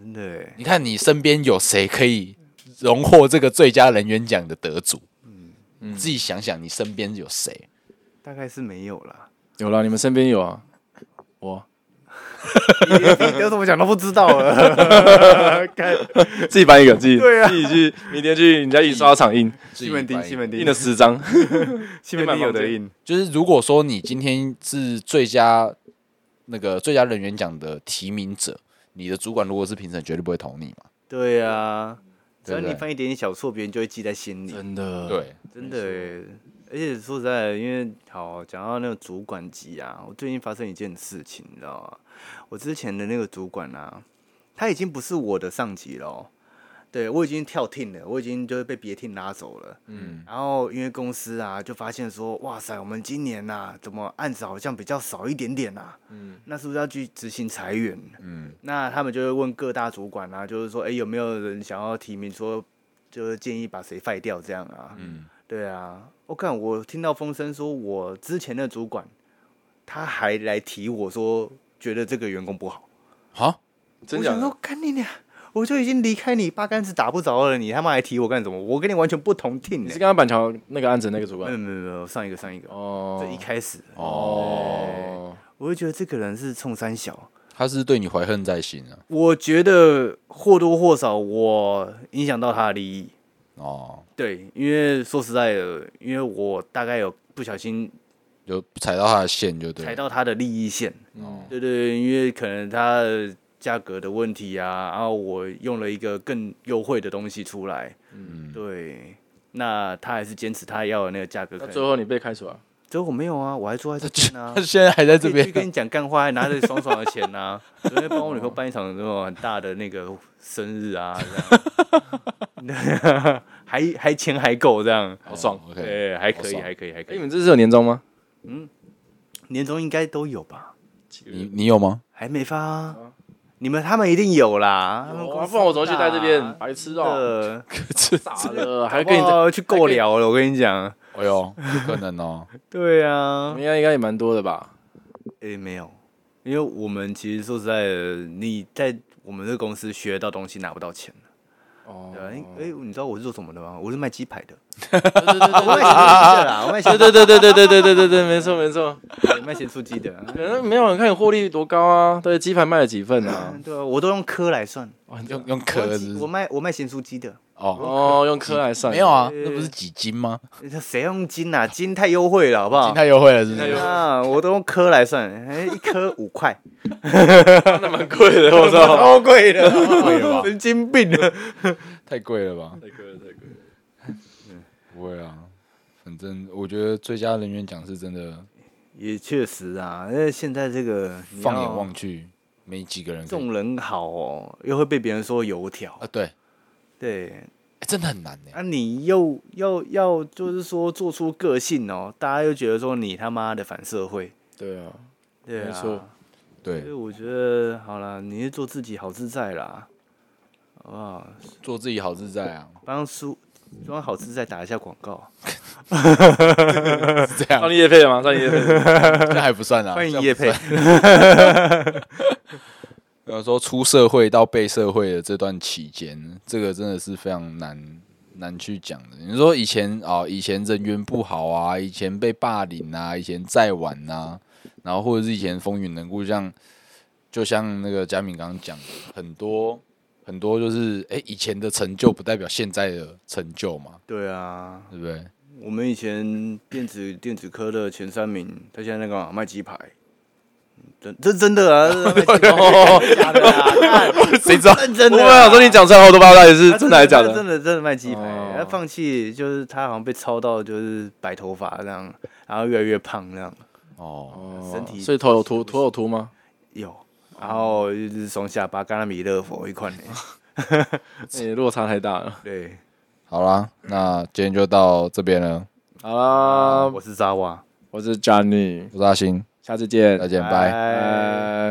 E: 真的欸耶，
A: 你看你身边有谁可以荣获这个最佳人员奖的得主？嗯，自己想想你身边有谁？
E: 大概是没有 啦。
B: 有啦，你们身边有啊。我
E: 你你得什么奖都不知道了， 看
B: 自己搬一个，自己
E: 对啊
B: 自己去，明天去人家印刷厂印，
A: 西
E: 西门町，西门
B: 印
E: 町
B: 了，十 张。
E: 西门町有的印，
A: 就是如果说你今天是最佳那个最佳人员奖的提名者，你的主管如果是评审，绝对不会投你嘛。
E: 对啊，只
A: 对
E: 要
A: 不对
E: 你犯一点点小错，别人就会记在心里，
B: 真的，
A: 对，
E: 真的耶。而且说实在的，因为好讲到那个主管级啊，我最近发生一件事情，你知道吗？我之前的那个主管啊，他已经不是我的上级了哦，对我已经跳 team 了，我已经就是被别 team 拉走了。
A: 嗯，
E: 然后因为公司啊，就发现说，哇塞，我们今年呐、怎么案子好像比较少一点点呐、嗯，那是不是要去执行裁员？嗯，那他们就会问各大主管啊，就是说，哎，有没有人想要提名说，就是建议把谁废掉这样啊？嗯，对啊，我、看我听到风声说，我之前的主管他还来提我说，觉得这个员工不好，
A: 好，
B: 真
E: 我
B: 假
E: 想
B: 的
E: 说，干你俩。我就已经离开你八竿子打不着了，你他妈还提我干什么？我跟你完全不同 team
B: 你
E: 呢、
B: 是刚刚板桥那个案子那个主
E: 没有
B: 管
E: 没有没有，上一个上一个，
B: 哦
E: 这一开始，
B: 哦，
E: 我就觉得这个人是冲三小，
A: 他是对你怀恨在心啊。
E: 我觉得或多或少我影响到他的利益。
A: 哦，
E: 对，因为说实在的，因为我大概有不小心
A: 有踩到他的线就对
E: 踩
A: 了。
E: 到他的利益线。
A: 哦，
E: 对对对，因为可能它的价格的问题啊，然后我用了一个更优惠的东西出来，嗯，对，那他还是坚持他要的那个价格。
B: 那
E: 可能
B: 最后你被开除了，
E: 最后我没有啊，我还坐 在这边啊
A: 他。 现在还在这
E: 可以去跟
A: 边。
E: 你讲干话，还拿着爽爽的钱 呐、昨天帮我女朋友办一场那种很大的那个生 日啊，这样， 对啊还还钱还够这样，
B: 好爽。
A: 哦，OK，
E: 对，还可
A: 好
E: 以，
A: 爽
E: 还可以，还可
B: 哎，你
E: 以，
B: 们这是有年终吗？
E: 年终应该都有吧？
A: 你你有吗？
E: 还没发、啊，你们他们一定有啊啦，他们
B: 我
E: 公司
B: 不然我怎么去
E: 大
B: 带这 边？白痴哦，
E: 呃，
B: 傻了，还
E: 还
B: 跟你 在，
E: 哦去够聊了，我跟你讲。
A: 哎呦，可能 哦，
E: 对
B: 你
E: 啊
B: 们，应该应该也蛮多的吧？
E: 诶，没有，因为我们其实说实在的，你在我们这个公司学到东西拿不到钱。
B: 哦，
E: 对啊，哎、诶你知道我是做什么的吗？我是卖鸡排的。
B: 对对对对
E: 我卖咸酥鸡的啦，我卖咸
B: 对对对对对对对对对，没错没错，
E: 对卖咸酥鸡的啊。
B: 可能没有人看你获利多高啊，对，鸡排卖了几份 啊？
E: 对啊，我都用颗来算。
A: 用用
E: 我
A: 壳
E: 用
A: 子
E: 鸡我卖我卖咸酥鸡的，
A: 哦，
B: 哦，用颗来算，
A: 没有啊，
E: 对
A: 那不是几斤吗？
E: 谁用斤啊？斤太优惠了，好不好？
A: 太优惠了，是不
B: 太啊优
A: 是
B: 惠？
E: 啊，我都用颗来算，哎、一颗五块，
B: 那蛮贵 的，我操，
E: 超贵的，
A: 贵了吧
E: 神经病啊！
A: 太贵了吧？
B: 太贵了太贵了，
A: 不会啊，反正我觉得最佳人员奖是真的，
E: 也确实啊，因为现在这个你
A: 放眼
E: 要
A: 望去，没几个人可以
E: 众人好哦，又会被别人说油条
A: 啊，，对，
E: 对，
A: 哎真的很难呢。
E: 啊，你又要要就是说做出个性哦，大家又觉得说你他妈的反社会，
B: 对啊，
E: 对啊，
B: 没错
E: 所以
A: 对，
E: 我觉得好了，你是做自己好自在啦，好不好？
A: 做自己好自在啊，
E: 帮苏装好自在打一下广告，
A: 是这样
B: 上，你叶配了吗？上你叶 配了，
A: 这还不算啊。
E: 欢迎
A: 这
E: 叶
A: 样不
E: 佩
A: 算。。呃，说出社会到被社会的这段期间，这个真的是非常难难去讲的。你说以前啊、以前人缘不好啊，以前被霸凌啊，以前在晚啊，然后或者是以前风云人物，像就像那个佳敏刚刚讲的，很多很多就是哎、诶以前的成就不代表现在的成就嘛，
E: 对啊，
A: 对不对？
E: 我们以前电子电子科的前三名，他现在那个卖鸡排，真这真的啊，卖鸡排 假的啊看
A: 谁知道？
E: 认 真
B: 我
E: 的啊。
B: 本来想说你讲出来好多八卦也是
E: 他
B: 真的还是假
E: 真
B: 的？
E: 的真的卖鸡排，
B: 哦
E: 他放弃就是他好像被操到就是白头发这样，然后越来越胖这样，
A: 哦，
B: 哦
E: 身体
B: 所以头有秃，头有秃吗？
E: 有，
B: 哦
E: 然后就是双下巴甘拉米勒佛一 块呢，
B: 哎，落差太大了。
E: 对，
A: 好啦，那今天就到这边了，
B: 好啦，
E: 我是扎瓦，
B: 我是 Johnny，
A: 我是阿星，
B: 下次见，
A: 再见，拜。
E: 哎
B: 拜。